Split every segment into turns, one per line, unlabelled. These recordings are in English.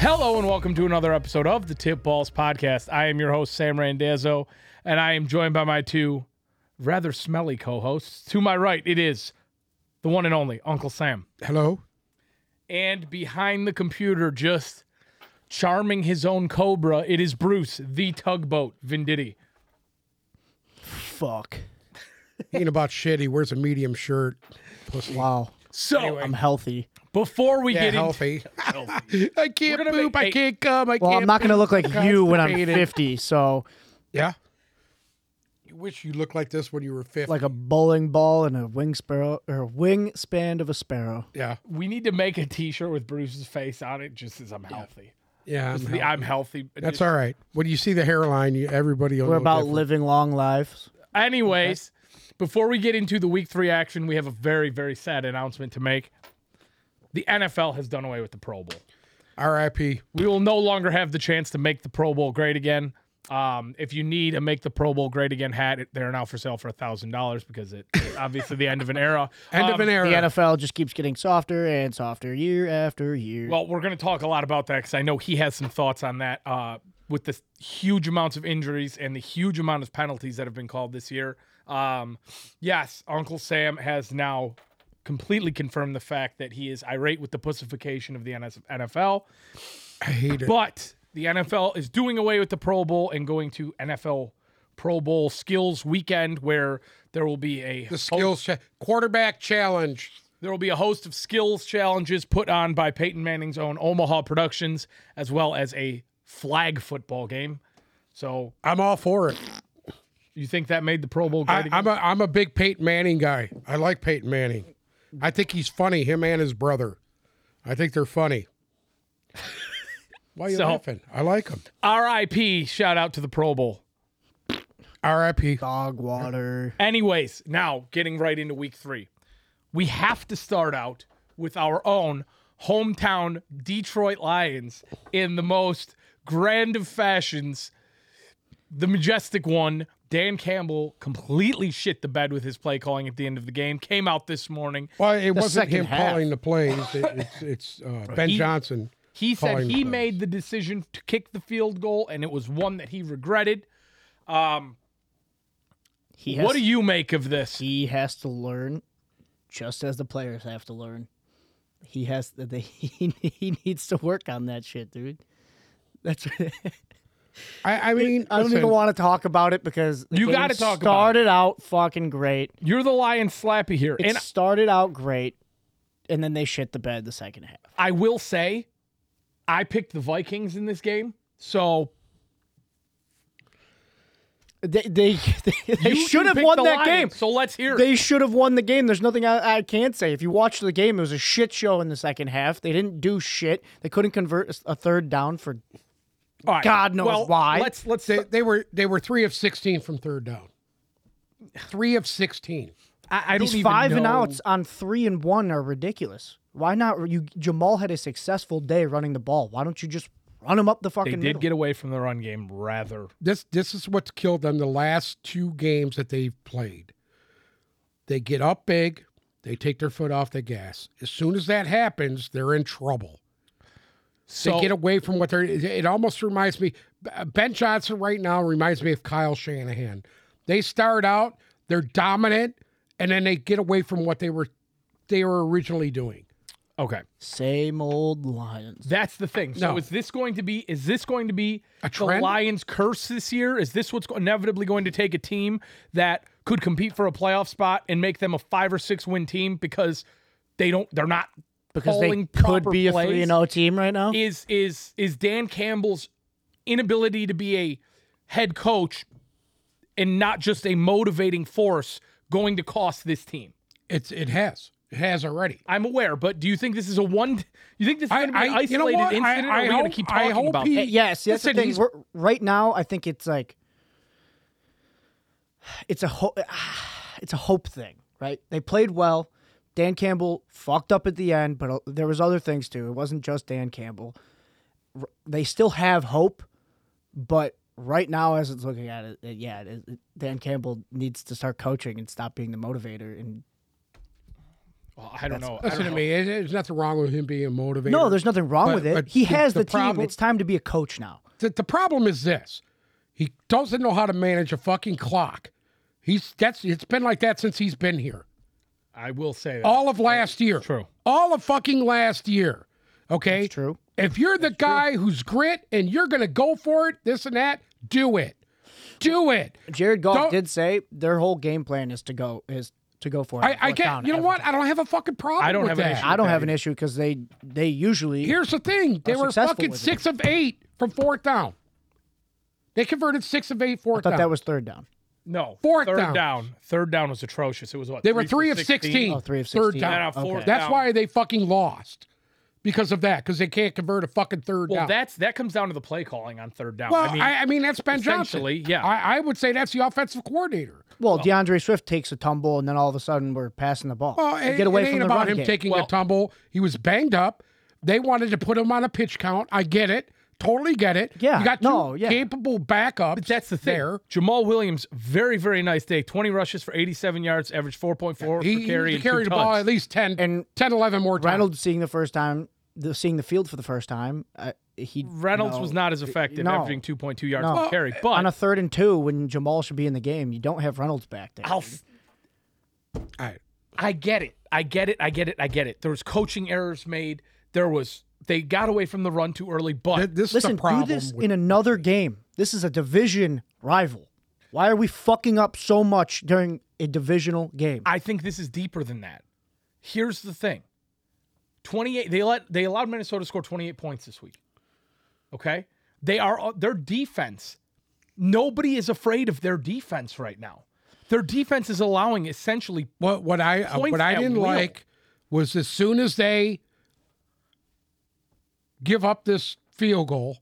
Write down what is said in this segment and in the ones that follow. Hello and welcome to another episode of the Tip Balls Podcast. I am your host, Sam Randazzo, and I am joined by my two rather smelly co hosts. To my right, it is the one and only Uncle Sam.
Hello.
And behind the computer, just charming his own cobra, it is Bruce, the tugboat, Venditti.
Fuck.
Ain't about shit. He wears a medium shirt. Pussy.
Wow.
So, um,
I'm healthy.
before we
Yeah,
get into
healthy. I
We're
can't
gonna
poop.
make-
I can't come. I
Well,
can't.
I'm not going to look like you when I'm
constipated.
50, so
Yeah. You wish you looked like this when you were 50.
like a bowling ball and a wing sparrow or wing span of a sparrow.
yeah.
we need to make a t shirt with Bruce's face on it just as I'm healthy.
Yeah. I'm
Just
healthy.
the I'm healthy.
That's all right. When you see the hairline, you, everybody will
We're
know
about
different.
living long lives.
Anyways, before we get into the week three action, we have a very, very sad announcement to make. The NFL has done away with the Pro Bowl.
R.I.P.
We will no longer have the chance to make the Pro Bowl great again. Um, if you need a make the Pro Bowl great again hat, it- they're now for sale for thousand dollars because it, it's obviously the end of an era.
End
Um,
of an era.
The NFL just keeps getting softer and softer year after year.
Well, we're going to talk a lot about that because I know he has some thoughts on that. Uh, with the huge amounts of injuries and the huge amount of penalties that have been called this year, um, yes, Uncle Sam has now completely confirmed the fact that he is irate with the pussification of the NS- NFL.
I hate it.
But the NFL is doing away with the Pro Bowl and going to NFL Pro Bowl Skills Weekend, where there will be a
the skills cha- quarterback challenge.
there will be a host of skills challenges put on by Peyton Manning's own Omaha Productions, as well as a flag football game. So,
I'm all for it.
you think that made the Pro Bowl great
I,
again?
I'm a I'm a big Peyton Manning guy. I like Peyton Manning. I think he's funny. Him and his brother. I think they're funny. Why are you
So-
laughing? I like him.
R.I.P. Shout out to the Pro Bowl.
R.I.P.
Dog water.
Anyways, now getting right into week three, we have to start out with our own hometown Detroit Lions in the most grand of fashions, the majestic one. Dan Campbell completely shit the bed with his play calling at the end of the game. Came out this morning.
Well, it wasn't
second
him
half.
calling the plays. It, it's it's uh, Ben
He-
Johnson.
He said
Calling
he
plays.
made the decision to kick the field goal, and it was one that he regretted.
He has,
What do you make of this?
he has to learn just as the players have to learn. He has to, they, he, he needs to work on that shit, dude. That's
I, I mean,
I don't even
listen,
want to talk about it because the
You
game
gotta talk about
started out fucking great.
You're the Lions slappy here,
It
and
started out great, and then they shit the bed the second half.
I will say, I picked the Vikings in this game, so
They they, they, they
you- you
should have
picked
won
the
that
Lions,
game.
So let's hear. it.
They should have won the game. There's nothing I, I can say. If you watch the game, it was a shit show in the second half. They didn't do shit. They couldn't convert a s- a third down for.
All right.
God knows
Well,
why.
Let's let's
they, they were they were three of sixteen from third down. Three of sixteen.
I, I don't
These
even
five and
know.
outs on three and one are ridiculous. Why not? You Jamal had a successful day running the ball. Why don't you just run him up the fucking
They did
middle?
get away from the run game rather.
This this is what's killed them the last two games that they've played. They get up big, they take their foot off the gas. As soon as that happens, they're in trouble.
So
they get away from what they're. It it almost reminds me. Ben Johnson right now reminds me of Kyle Shanahan. They start out, they're dominant, and then they get away from what they were they were originally doing.
okay.
Same old Lions.
That's the thing. So
No.
is this going to be is this going to be
A
the
trend?
Lions curse this year? Is this what's inevitably going to take a team that could compete for a playoff spot and make them a 5 or 6 win team because they don't they're not
because they
calling
could
proper
be a
plays?
three and zero team right now.
is is is Dan Campbell's inability to be a head coach and not just a motivating force going to cost this team?
It's it has it has already.
I'm aware, but do you think this is a one? You think this is
I-
going to be an
I- you know
isolated
what? I-
incident? or
I
are we going
hope-
to keep
I
talking
hope
about
he-
this?
Uh, Yeah, see, that's
Listen,
the thing.
he's-
We're, right now, I think it's like it's a ho- it's a hope thing, right? They played well. Dan Campbell fucked up at the end, but uh, there was other things too. It wasn't just Dan Campbell. R- They still have hope, but right now, as it's looking at it, it- yeah, it, it- Dan Campbell needs to start coaching and stop being the motivator and
Well, I don't know. I
Listen
don't
to
know.
me. it- There's nothing wrong with him being motivated.
No, there's nothing wrong
But-
with it.
but
He
the-
has
the
the, team.
problem-
It's time to be a coach now.
the, the problem is this: he doesn't know how to manage a fucking clock. He's that's it's been like that since he's been here.
I will say that.
All of last year.
True.
All of fucking last year. Okay.
That's true.
If you're the guy who's grit and you're gonna go for it, this and that, do it. Do it.
Jared Goff
Don't-
did say their whole game plan is to go is to go for it.
I, I can't. You know what? I don't have a fucking problem.
I don't
with
have an
that.
issue.
I don't have an issue because they they usually
Here's the thing: they
Are
were
successful
fucking
with it.
six of eight from fourth down. They converted six of eight fourth
thought
down.
that was third down.
No.
Fourth
third
down.
down. Third down was atrocious. It was what?
they were three
for
of sixteen.
Oh, three of
Third
16.
down.
And a fourth
Okay.
That's
down.
why they fucking lost because of that. Because they can't convert a fucking third
Well,
down.
that's that comes down to the play calling on third down.
well,
I mean,
that's Ben Johnson.
essentially, yeah.
I, I would say that's the offensive coordinator.
Well, DeAndre Swift takes a tumble, and then all of a sudden we're passing the ball.
Well,
They
it,
get away
it ain't
from the
about
run
him
game.
taking a
Well-
tumble. He was banged up. They wanted to put him on a pitch count. I get it. Totally get it.
Yeah,
You got two
no, yeah.
capable backups. But
that's the thing.
There.
Jamal Williams, very very nice day. Twenty rushes for eighty-seven yards, average four point four
He, he
per carry.
carried
and two
the ball
touchdowns.
at least 10,
And
10 11 more times.
Reynolds seeing the first time, the, seeing the field for the first time, uh, he
Reynolds
no.
was not as effective,
No.
averaging two point two yards
No.
per carry. But
on a third and two when Jamal should be in the game. You don't have Reynolds back there.
I'll,
All right.
I get it. I get it. I get it. I get it. There was coaching errors made. There was they got away from the run too early. But
Th- This
Listen,
is the
do
problem.
this
with-
in another game. This is a division rival. Why are we fucking up so much during a divisional game?
I think this is deeper than that. Here's the thing. 28 they let they allowed Minnesota to score 28 points this week. Okay? They are uh, their defense. Nobody is afraid of their defense right now. Their defense is allowing essentially
What what I uh,
Points
what I
at
didn't
will.
like was as soon as they give up this field goal,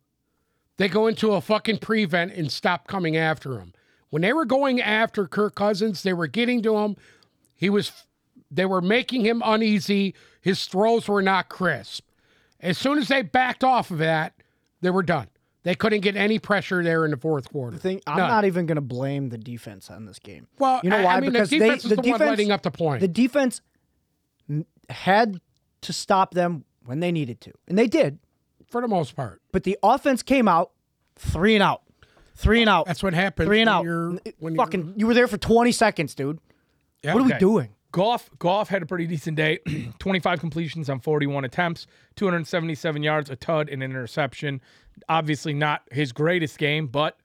they go into a fucking prevent and stop coming after him. When they were going after Kirk Cousins, they were getting to him. He was they were making him uneasy. His throws were not crisp. As soon as they backed off of that, they were done. They couldn't get any pressure there in the fourth quarter.
think I'm not even going to blame the defense on this game.
well,
you know
I-
why?
I mean,
because
the defense
they,
is
the
the,
defense,
one letting up the point.
the defense n- had to stop them when they needed to, and they did.
for the most part.
But the offense came out three and out, three and out,
That's what happens.
three and
when
out.
You're, when you're-
Fucking, you were there for 20 seconds, dude.
Yeah.
what are we
Okay.
doing?
Goff Goff had a pretty decent day. 25 completions on 41 attempts, 277 yards, a tud, and an interception. Obviously not his greatest game, but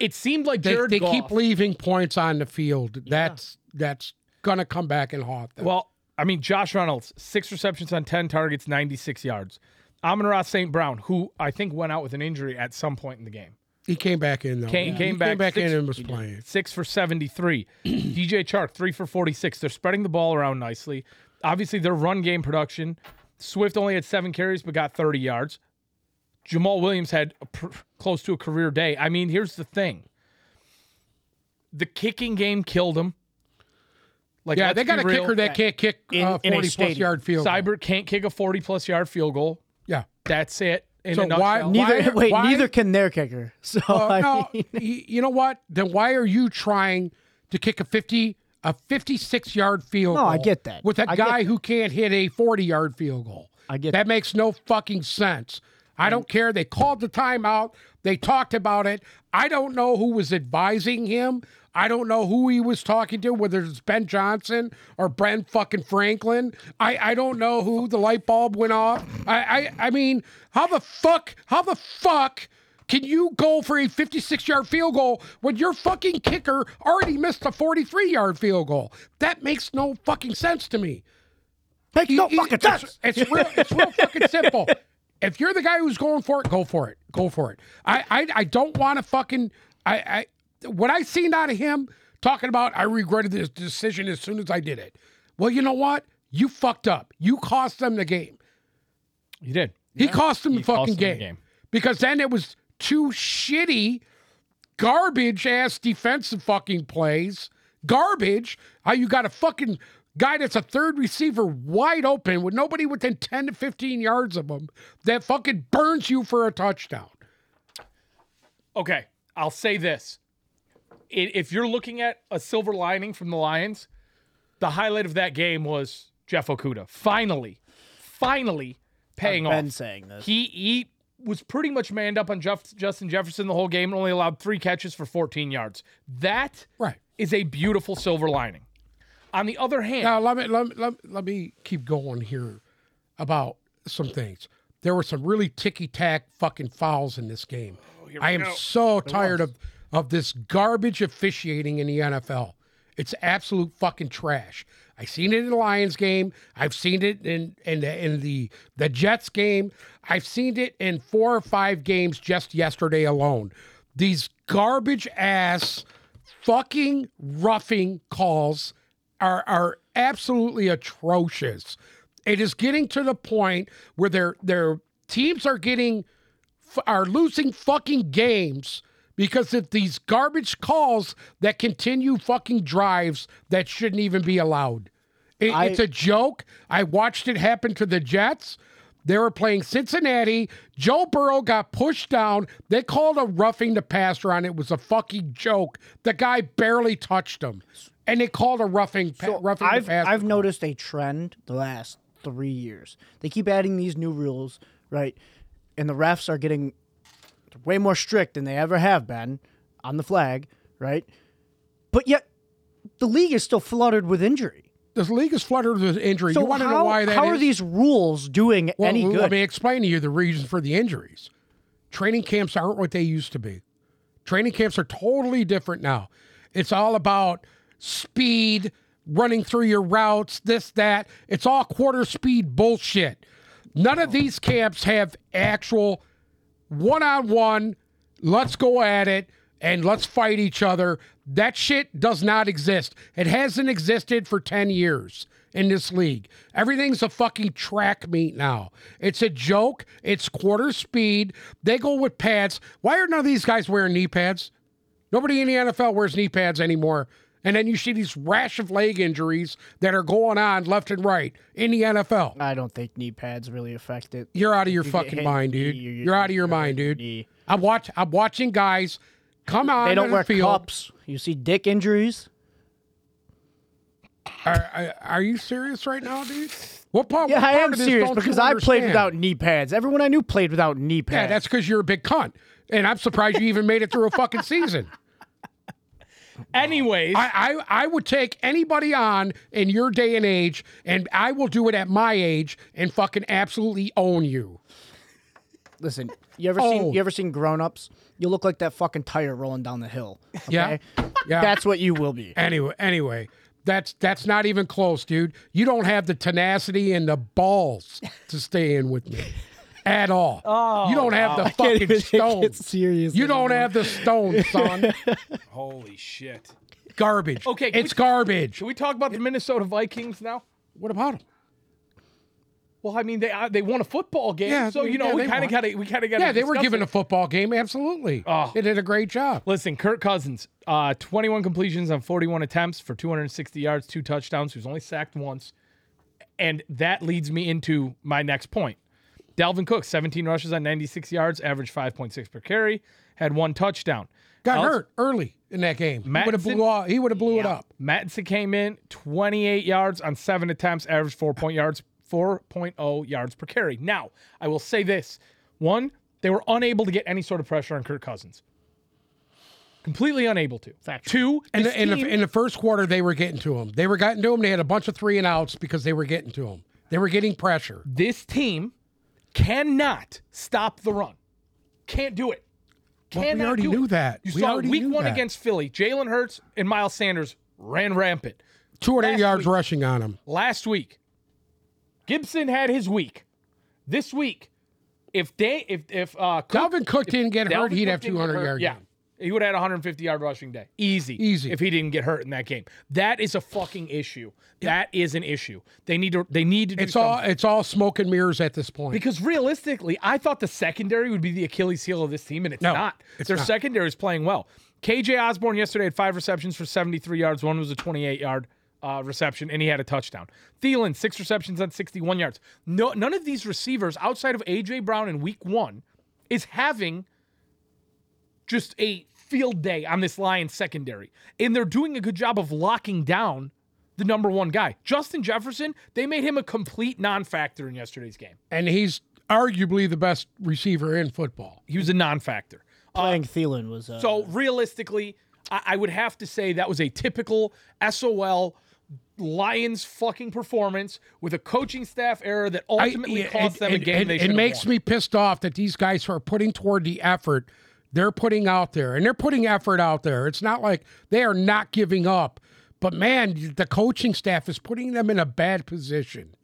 it seemed like
they,
Jared
they
Goff,
keep leaving points on the field. That's that's gonna come back and haunt them.
Well, I mean, Josh Reynolds, six receptions on 10 targets, 96 yards. Amon Ross St. Brown, who I think went out with an injury at some point in the game,
he came back in though.
Came-
He
came back
in
six-
and was playing.
six for 73. DJ Chark, three for 46. They're spreading the ball around nicely. Obviously, their run game production. Swift only had seven carries, but got 30 yards. Jamal Williams had a pr- close to a career day. I mean, here's the thing the kicking game killed him. Like,
Yeah,
let's
they got
be
a
real.
kicker that can't kick uh,
in a
forty plus
stadium.
yard field. goal.
Seibert can't kick a 40 plus yard field goal.
Yeah.
That's it. In
So
a
why-
nutshell.
Neither
Why-
wait,
why-
neither can their kicker. So
Uh,
I
no,
mean,
y- you know what? Then why are you trying to kick a fifty a fifty six yard field?
No,
goal
I get that.
with a
I get
guy who can't hit a forty yard field goal.
I get
that makes no fucking sense. I don't care. They called the timeout. They talked about it. I don't know who was advising him. I don't know who he was talking to, whether it's Ben Johnson or Brent fucking Franklin. I, I don't know who the light bulb went off. I, I I mean, how the fuck how the fuck can you go for a 56 yard field goal when your fucking kicker already missed a 43 yard field goal? That makes no fucking sense to me.
makes no
It-
fucking
it's-
sense.
It's, real, it's real fucking simple. If you're the guy who's going for it, go for it. Go for it. I I, I don't want to fucking I, I what I seen out of him talking about I regretted this decision as soon as I did it. Well, you know what? You fucked up. You cost them the game.
You did.
He cost them the
cost
fucking
them the
game.
game.
Because then it was two shitty, garbage ass defensive fucking plays. Garbage. How you got a fucking guy that's a third receiver wide open with nobody within 10 to 15 yards of him that fucking burns you for a touchdown.
Okay. I'll say this. I- If you're looking at a silver lining from the Lions, the highlight of that game was Jeff Okuda finally, finally paying
Ben
off.
saying this.
He he was pretty much manned up on Jeff, Justin Jefferson the whole game and only allowed three catches for 14 yards. That
Right.
is a beautiful silver lining. On the other hand,
Now let me let me, let me, let me keep going here about some things. There were some really ticky tack fucking fouls in this game. I am so tired of of this garbage officiating in the NFL. It's absolute fucking trash. I seen it in the Lions game. I've seen it in in the, in the the Jets game. I've seen it in four or five games just yesterday alone. These garbage ass fucking roughing calls are are absolutely atrocious. It is getting to the point where their their teams are getting f- are losing fucking games because of these garbage calls that continue fucking drives that shouldn't even be allowed. It-
I-
it's a joke. I watched it happen to the Jets. They were playing Cincinnati. Joe Burrow got pushed down. They called a roughing the passer on. it. It was a fucking joke. The guy barely touched him, and they called a roughing pa- roughing
I've
the passer.
I've noticed a trend the last three years. They keep adding these new rules, right? And the refs are getting way more strict than they ever have been on the flag, right? But yet, the league is still flooded with injury.
this league is flooded with injury.
So
you want to
how,
know why that
how are
is?
these rules doing
Well,
any good?
Let me explain to you the reason for the injuries. Training camps aren't what they used to be. Training camps are totally different now. It's all about speed, running through your routes, this, that. It's all quarter speed bullshit. None of these camps have actual one on one, let's go at it and let's fight each other. That shit does not exist. It hasn't existed for 10 years in this league. Everything's a fucking track meet now. It's a joke. It's quarter speed. They go with pads. Why are none of these guys wearing knee pads? Nobody in the NFL wears knee pads anymore. And then you see these rash of leg injuries that are going on left and right in the NFL.
I don't think knee pads really affect it.
You're out of your
You get
fucking
hit,
mind, dude.
you- you-
You're out of your mind, dude.
knee.
I watch. I'm watching guys come out.
They don't
the
wear
field.
cups. You see dick injuries.
Are, are, are you serious right now, dude? What part?
Yeah,
what
I
part
am
of this
serious
don't you
because I played
understand?
without knee pads. Everyone I knew played without knee pads.
Yeah, that's because you're a big cunt, and I'm surprised you even made it through a fucking season.
anyways,
I, I I would take anybody on in your day and age, and I will do it at my age and fucking absolutely own you.
Listen, you ever
Oh.
seen you ever seen Grown Ups? You look like that fucking tire rolling down the hill.
Yeah.
okay?
Yeah.
That's what you will be.
Anyway, anyway, that's that's not even close, dude. You don't have the tenacity and the balls to stay in with me at all. you don't
Oh,
have the fucking stone.
serious.
You don't have the stone, son.
holy shit.
garbage.
Okay, can
it's
we-
garbage.
Should we talk about the Minnesota Vikings now?
What about him?
Well, I mean, they uh, they won a football game,
Yeah,
so you know
yeah,
we
they
kind
won.
of got to we kind of got
Yeah, they were given a football game. Absolutely,
Oh.
they did a great job.
Listen, Kirk Cousins, uh, 21 completions on 41 attempts for 260 yards, two touchdowns. He was only sacked once, and that leads me into my next point. Dalvin Cook, 17 rushes on 96 yards, averaged 5.6 per carry, had one touchdown.
Got
Alex-
hurt early in that game. He would have
Mattson-
blew. off- He would have blew it up.
Mattinson came in 28 yards on seven attempts, averaged 4 point yards, 4.0 yards per carry. Now, I will say this: one, they were unable to get any sort of pressure on Kirk Cousins. Completely unable to. Two,
In
this
the, in, the,
team-
in the first quarter, they were getting to him. They were getting to him. They had a bunch of three and outs because they were getting to him. They were getting pressure.
this team cannot stop the run. Can't do it.
we
Cannot
already
do
knew
it.
that.
You
We
saw
already
week
knew
one
that.
against Philly. Jalen Hurts and Miles Sanders ran rampant.
200
Last
yards
week-
rushing on him.
last week. Gibson had his week. This week, if they if if uh Cook,
Dalvin Cook didn't get hurt.
Dalvin
He'd
Cook
have
didn't get
200
hurt,
yards.
Yeah. He would have had a 150 yard rushing day. Easy.
Easy.
If he didn't get hurt in that game. That is a fucking issue. That is an issue. They need to they need to do
It's
something.
all it's all smoke and mirrors at this point.
Because realistically, I thought the secondary would be the Achilles heel of this team, and it's not.
it's
Their
not.
secondary is playing well. KJ Osborne yesterday had five receptions for 73 yards. One was a 28 yard uh, reception, and he had a touchdown. Thielen, six receptions on 61 yards. No, none of these receivers outside of AJ Brown in week one is having just a field day on this Lions secondary. And they're doing a good job of locking down the number one guy. Justin Jefferson, they made him a complete non-factor in yesterday's game.
and he's arguably the best receiver in football.
He was a non-factor.
Playing Thielen was uh,
So realistically, I, I would have to say that was a typical SOL Lions fucking performance with a coaching staff error that
I-
ultimately
it-
cost them a
it-
game.
it-
they
it
should have
makes
won.
me pissed off that these guys who are putting toward the effort they're putting out there, and they're putting effort out there. It's not like they are not giving up, but man, the coaching staff is putting them in a bad position.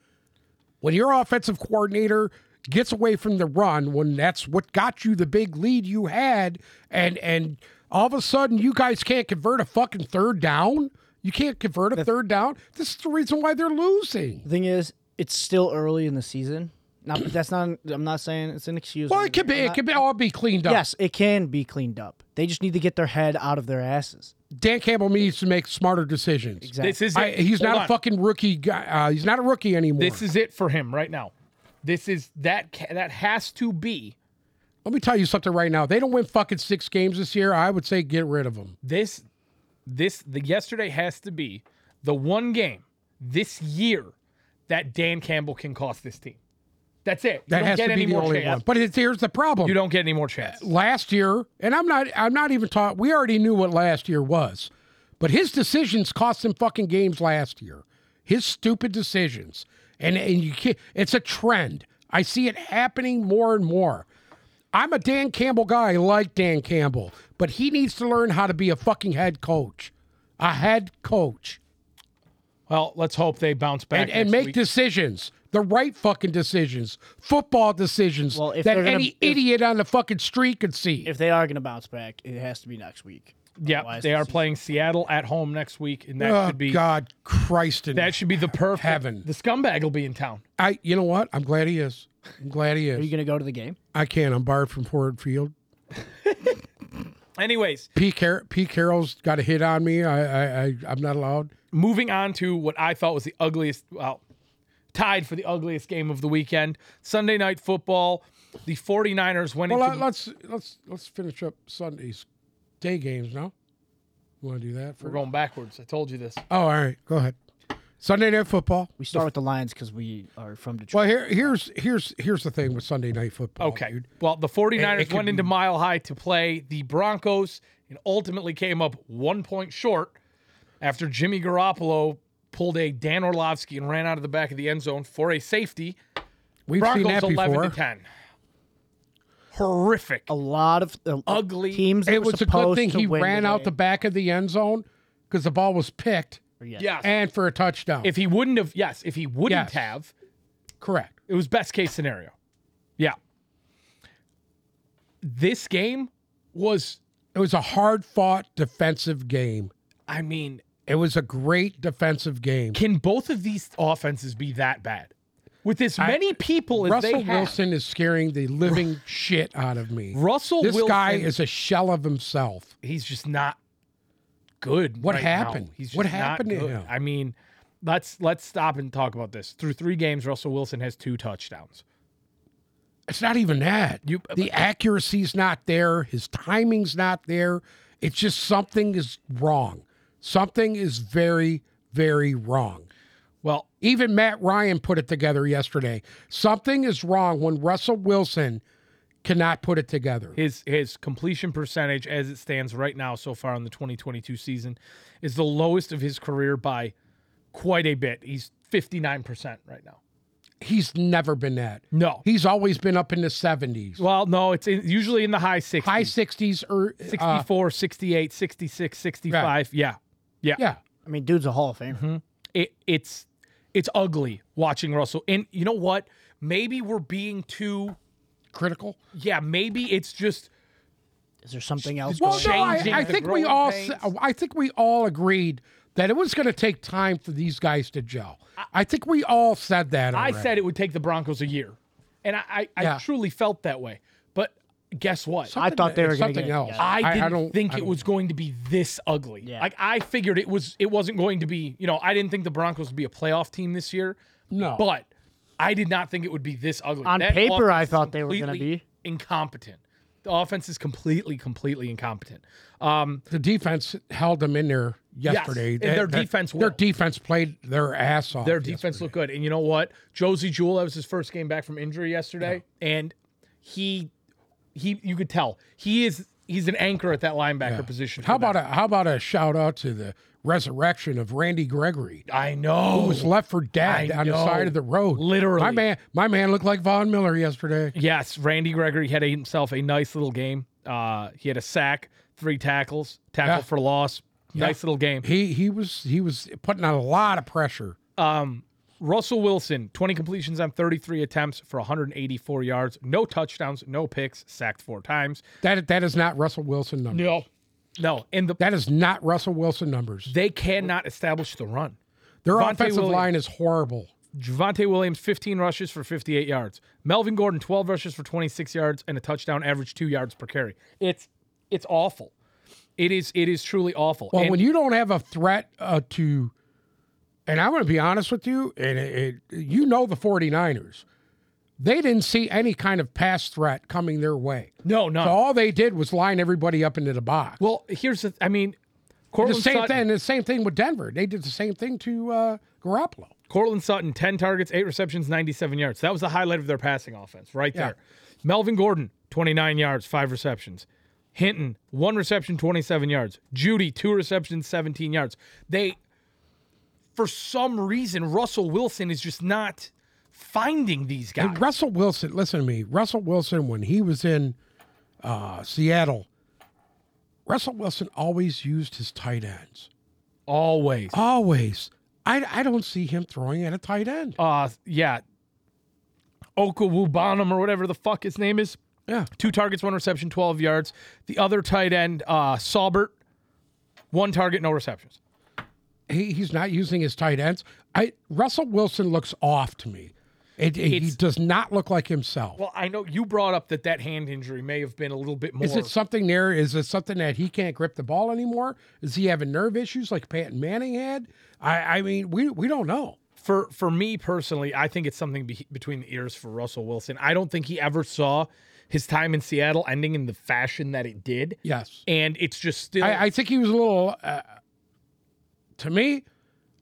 When your offensive coordinator gets away from the run, when that's what got you the big lead you had, and and all of a sudden you guys can't convert a fucking third down. You can't convert a third down. This is the reason why they're losing.
The thing is, it's still early in the season. Not that's not. I'm not saying it's an excuse.
Well, it could be.
I'm
It
not-
could be all be cleaned up.
Yes, it can be cleaned up. They just need to get their head out of their asses.
Dan Campbell needs to make smarter decisions.
Exactly.
This is it.
I, he's
Hold
not
on.
a fucking rookie guy. Uh, he's not a rookie anymore.
This is it for him right now. This is that ca- that has to be
Let me tell you something right now. They don't win fucking six games this year. I would say get rid of him.
this this the yesterday has to be the one game this year that Dan Campbell can cost this team. That's it. You
That
don't
has
get
to be
any
the
more
only
chance.
one. But it's, here's the problem.
You don't get any more chance.
last year, and I'm not I'm not even taught we already knew what last year was. But his decisions cost him fucking games last year. His stupid decisions. And and you can't, it's a trend. I see it happening more and more. I'm a Dan Campbell guy, I like Dan Campbell, but he needs to learn how to be a fucking head coach. A head coach.
Well, let's hope they bounce back
And, and
next
make
week.
decisions. The right fucking decisions. Football decisions
Well, if
that
they're gonna-
any
if-
idiot on the fucking street could see.
If they are going to bounce back, it has to be next week.
Yeah,
Otherwise,
they are
this is-
playing Seattle at home next week, and that
oh,
should be
God Christ in
that should be the perfect
Heaven.
The scumbag will be in town.
I, you know what? I'm glad he is. I'm glad he
Are you
is.
going to go to the game?
I can't. I'm barred from Ford Field.
Anyways,
Pete, Car- Pete Carroll's got a hit on me. I, I, I, I'm not allowed.
moving on to what I thought was the ugliest, well, tied for the ugliest game of the weekend. Sunday night football. The 49ers went
Well,
into
let, let's let's let's finish up Sunday's day games now. You want to do that? For-
we're going backwards. I told you this.
oh, all right. Go ahead. Sunday night football.
We start with the Lions because we are from Detroit.
Well, here here's here's here's the thing with Sunday night football.
Okay.
dude.
Well, the 49ers
It- it
went
could-
into Mile High to play the Broncos and ultimately came up one point short after Jimmy Garoppolo pulled a Dan Orlovsky and ran out of the back of the end zone for a safety.
We've
Broncos
seen that
11
before.
to 10. Horrific.
a lot of uh,
Ugly.
teams. That
It
were
was a good
supposed
thing
to
he
win
ran out the
game.
back of the end zone because the ball was picked
Yes.
Yes.
and for a touchdown.
if he wouldn't have, yes, if he wouldn't
Yes.
have,
Correct.
It was best case scenario. Yeah. This game was,
It was a hard fought defensive game.
I mean,
It was a great defensive game.
can both of these offenses be that bad? With as many people as they
Russell
have,
Wilson is scaring the living shit out of me.
Russell
This
Wilson,
guy is a shell of himself.
he's just not good.
What
right now.
happened?
He's just
What
not
happened to
good.
him?
I mean, let's let's stop and talk about this. Through three games, Russell Wilson has two touchdowns.
It's not even that.
You- uh,
the accuracy's not there. His timing's not there. It's just something is wrong. Something is very, very wrong.
Well,
Even Matt Ryan put it together yesterday. Something is wrong when Russell Wilson cannot put it together.
his his completion percentage as it stands right now so far in the 2022 season is the lowest of his career by quite a bit. He's 59% right now.
He's never been that.
No.
He's always been up in the 70s.
Well, no, it's in, usually in the high 60s.
high 60s or uh,
64, 68, 66, 65. Yeah. Yeah.
yeah.
I mean, dude's a Hall of Famer.
Mm-hmm. It it's it's ugly watching Russell. And you know what? Maybe we're being too
Critical.
yeah, maybe it's just
Is there something else?
Well,
going
no,
on?
I,
Changing
I
the
think we
growing
all
pains.
s- I think we all agreed that it was going to take time for these guys to gel. I think we all said that.
I
already.
said it would take the Broncos a year. And I I, I
Yeah.
truly felt that way. But guess what?
I thought they were gonna
something
get it
else.
together.
I didn't
don't-
think
I
it
don't-
was going to be this ugly.
Yeah.
Like I figured it was it wasn't going to be, you know, I didn't think the Broncos would be a playoff team this year.
No.
But I did not think it would be this ugly.
On paper,
offense
I
is
thought they were gonna
completely
be.
incompetent. The offense is completely, completely incompetent.
the defense held them in there yesterday.
and their defense
their
will.
defense played their ass off.
Their defense looked good. And you know what? Josie Jewell, that was his first game back from injury yesterday, and he he you could tell he is he's an anchor at that linebacker position.
How
for them.
about a how about a shout out to the resurrection of Randy Gregory?
I know.
was left for dead
I
on the side
know.
of the road.
Literally.
my man, my man looked like Von Miller yesterday.
Yes, Randy Gregory had a, himself a nice little game. Uh, he had a sack, three tackles, tackle
Yeah.
for loss. Nice little game.
He he was he was putting on a lot of pressure.
Russell Wilson, 20 completions on 33 attempts for 184 yards, no touchdowns, no picks, sacked four times.
That that is not Russell Wilson numbers.
No, no, and the,
That is not Russell Wilson numbers.
they cannot establish the run.
Their
Devontae
offensive
Williams.
line is horrible.
Javante Williams, 15 rushes for 58 yards. Melvin Gordon, 12 rushes for 26 yards and a touchdown, average two yards per carry. It's it's awful. It is it is truly awful.
Well,
And-
when you don't have a threat uh, to, and I'm going to be honest with you, and it, it, you know the 49ers, they didn't see any kind of pass threat coming their way.
no, no.
So all they did was line everybody up into the box.
Well, here's the. I mean,
the
Cortland
same
Sutton.
thing. The same thing with Denver. They did the same thing to uh, Garoppolo.
Cortland Sutton, ten targets, eight receptions, ninety-seven yards. That was the highlight of their passing offense, right there. Melvin Gordon, twenty-nine yards, five receptions. Hinton, one reception, twenty-seven yards. Judy, two receptions, seventeen yards. They, for some reason, Russell Wilson is just not finding these guys.
And Russell Wilson, listen to me. Russell Wilson, when he was in uh, Seattle, Russell Wilson always used his tight ends.
Always.
Always. I, I don't see him throwing at a tight end.
Uh, yeah. Okawu Bonham or whatever the fuck his name is.
Yeah.
Two targets, one reception, 12 yards. The other tight end, uh, Saubert, one target, no receptions.
he, he's not using his tight ends. I Russell Wilson looks off to me. It, it- he
It's-
does not look like himself.
Well, I know you brought up that that hand injury may have been a little bit more.
is it something there? Is it something that he can't grip the ball anymore? Is he having nerve issues like Peyton Manning had? I, I mean, we we don't know.
for for me personally, I think it's something be- between the ears for Russell Wilson. I don't think he ever saw his time in Seattle ending in the fashion that it did,
Yes,
and it's just still.
I, I think he was a little. Uh, to me,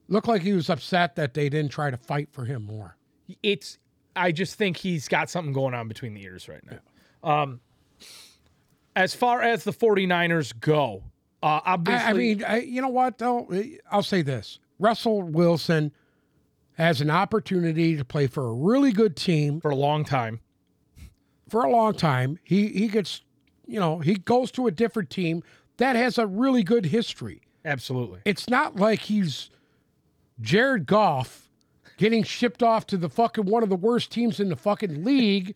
looked like he was upset that they didn't try to fight for him more.
it's I just think he's got something going on between the ears right now. Um as far as the 49ers go, uh obviously
I, I mean, I, you know what though? Eh, I'll say this: Russell Wilson has an opportunity to play for a really good team.
for a long time.
for a long time. He he gets, you know, he goes to a different team that has a really good history.
Absolutely.
It's not like he's Jared Goff getting shipped off to the fucking one of the worst teams in the fucking league,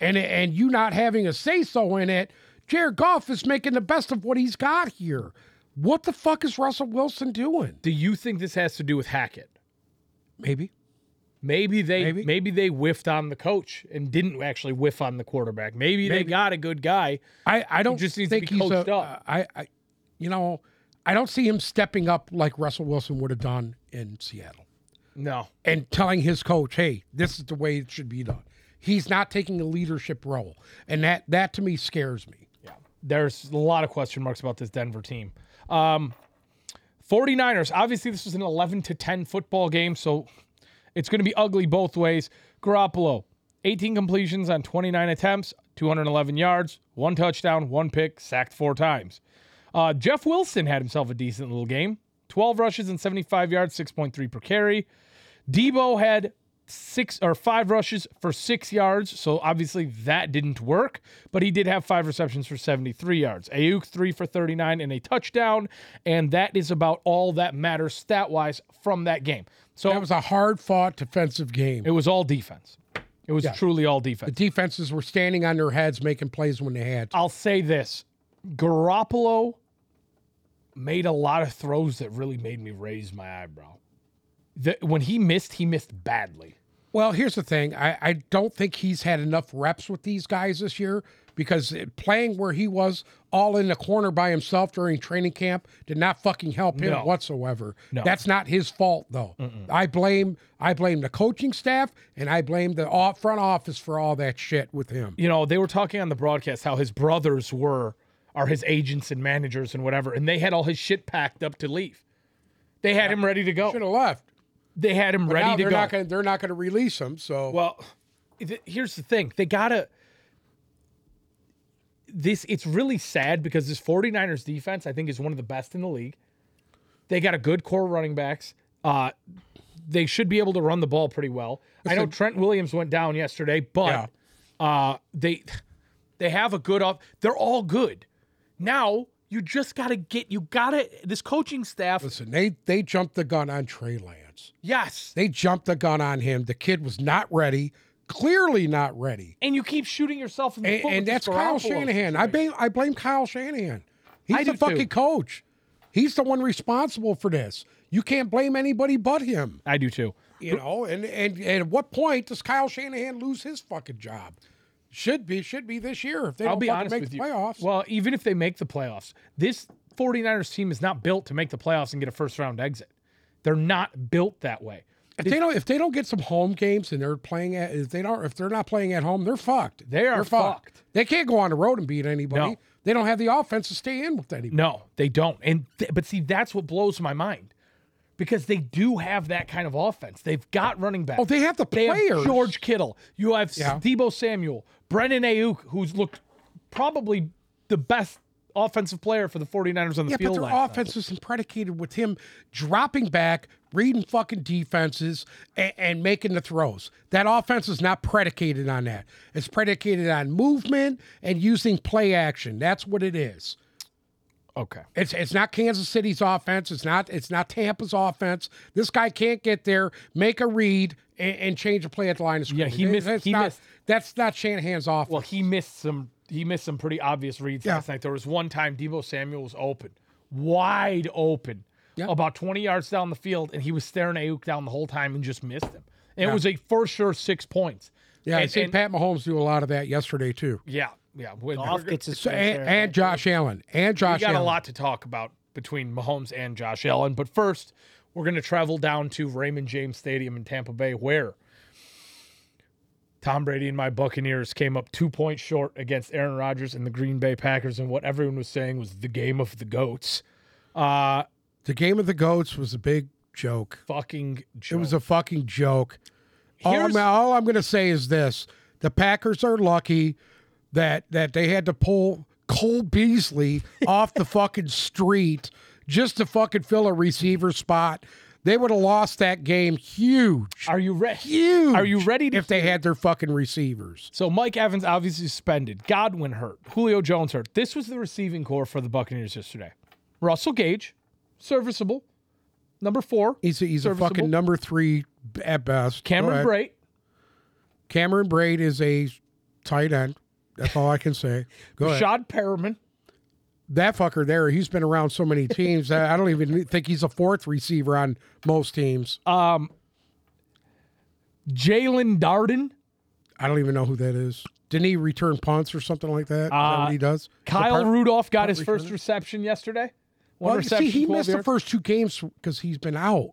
and and you not having a say so in it. Jared Goff is making the best of what he's got here. What the fuck is Russell Wilson doing?
Do you think this has to do with Hackett?
Maybe.
Maybe they
Maybe.
maybe, they whiffed on the coach and didn't actually whiff on the quarterback. Maybe, they
Maybe.
got a good guy.
I, I don't
just needs to
think
be
he's
coached
a,
up.
I, I you know, I don't see him stepping up like Russell Wilson would have done in Seattle.
No.
and telling his coach, "Hey, this is the way it should be done." He's not taking a leadership role, and that that to me scares me.
there's a lot of question marks about this Denver team. Um, 49ers, obviously, this was an 11 to 10 football game, so it's going to be ugly both ways. Garoppolo, 18 completions on 29 attempts, 211 yards, one touchdown, one pick, sacked four times. Uh, Jeff Wilson had himself a decent little game 12 rushes and 75 yards, 6.3 per carry. Debo had six or five rushes for six yards, so obviously that didn't work. But he did have five receptions for 73 yards. Ayuk three for 39 and a touchdown, and that is about all that matters stat wise from that game. So
That was a hard fought defensive game.
it was all defense. It was truly all defense.
Defenses were standing on their heads, making plays when they had. to.
I'll say this: Garoppolo made a lot of throws that really made me raise my eyebrow. The, when he missed, he missed badly.
Well, here's the thing: I, I don't think he's had enough reps with these guys this year because it- playing where he was all in the corner by himself during training camp did not fucking help him
No.
whatsoever. That's not his fault though. I blame I blame the coaching staff and I blame the off, front office for all that shit with him.
you know, they were talking on the broadcast how his brothers were are his agents and managers and whatever, and they had all his shit packed up to leave. They had him ready to go.
Should have left.
They had him
Now
ready to
they're
go.
not going. They're not going to release him. So
Well, th- here's the thing. They got to this it's really sad because this 49ers defense I think is one of the best in the league. They got a good core running backs. Uh they should be able to run the ball pretty well. I know Trent Williams went down yesterday, but uh they they have a good off. They're all good. Now, you just got to get you got to this coaching staff.
listen, they they jumped the gun on Trey Lance.
Yes.
They jumped the gun on him. The kid was not ready. Clearly not ready.
And you keep shooting yourself in the
And,
foot.
and
with this
that's Kyle
Garoppolo
Shanahan. I
situation.
blame I blame Kyle Shanahan. He's
I
the
do too.
fucking coach. He's the one responsible for this. You can't blame anybody but him.
I do too.
You know, and, and, and at what point does Kyle Shanahan lose his fucking job? Should be should be this year if they
I'll
don't
be
fucking
honest
make
with
the
you.
playoffs.
Well, even if they make the playoffs, this 49ers team is not built to make the playoffs and get a first round exit. They're not built that way.
if they don't if they don't get some home games and they're playing at if they don't if they're not playing at home, they're fucked.
They are
They're
fucked.
They can't go on the road and beat anybody.
No.
They don't have the offense to stay in with anybody.
No, they don't. And th- but see, that's what blows my mind because they do have that kind of offense. They've got running back.
Oh, they have the
They have
players.
George Kittle. You have
Yeah.
Debo Samuel, Brennan Ayuk, who's looked probably the best offensive player for the 49ers on the
Yeah, but
field.
their
last night.
offense is predicated with him dropping back, reading fucking defenses, and, and making the throws. That offense is not predicated on that. It's predicated on movement and using play action. That's what it is.
Okay.
It's it's not Kansas City's offense. It's not it's not Tampa's offense. This guy can't get there, make a read, and, and change a play at the line of
Yeah,
scrimmage.
he missed-
That's
he
not,
missed.
That's not Shanahan's offense.
Well, he missed some. He missed some pretty obvious reads
Yeah.
last night. There was one time Debo Samuel was open, wide open,
Yeah.
about 20 yards down the field, and he was staring Ayuk down the whole time and just missed him. And It was a for sure six points.
yeah, I
and,
seen
and-
Pat Mahomes do a lot of that yesterday too.
yeah, yeah. We-
Goff
we're-
gets his
So
fair
and,
share.
and Josh Allen and
we
Josh
got a
Allen.
lot to talk about between Mahomes and Josh Allen, but first we're going to travel down to Raymond James Stadium in Tampa Bay, where Tom Brady and my Buccaneers came up two points short against Aaron Rodgers and the Green Bay Packers, and what everyone was saying was the game of the goats. Uh,
The game of the goats was a big joke.
fucking joke.
It was a fucking joke. All
Here's-
I'm, all I'm going to say is this: the Packers are lucky that that they had to pull Cole Beasley off the fucking street just to fucking fill a receiver spot. They would have lost that game huge,
Are you ready?
huge.
Are you ready to
if they had their fucking receivers?
So Mike Evans obviously suspended. Godwin hurt. Julio Jones hurt. This was the receiving core for the Buccaneers yesterday. Russell Gage, serviceable. Number four,
He's a, he's a
Serviceable.
fucking number three at best. Go
Cameron
ahead.
Brate.
Cameron Braid is a tight end. That's all I can say. Go ahead.
Rashad Perriman.
that fucker there, he's been around so many teams. I I don't even think he's a fourth receiver on most teams.
Um, Jalen Darden,
I don't even know who that is. Didn't he return punts or something like that? Is that
Uh,
what he does?
Kyle Rudolph got his
returner?
first reception yesterday. One
Well, you
reception,
see, he
12
missed the
yards.
first two games because he's been out.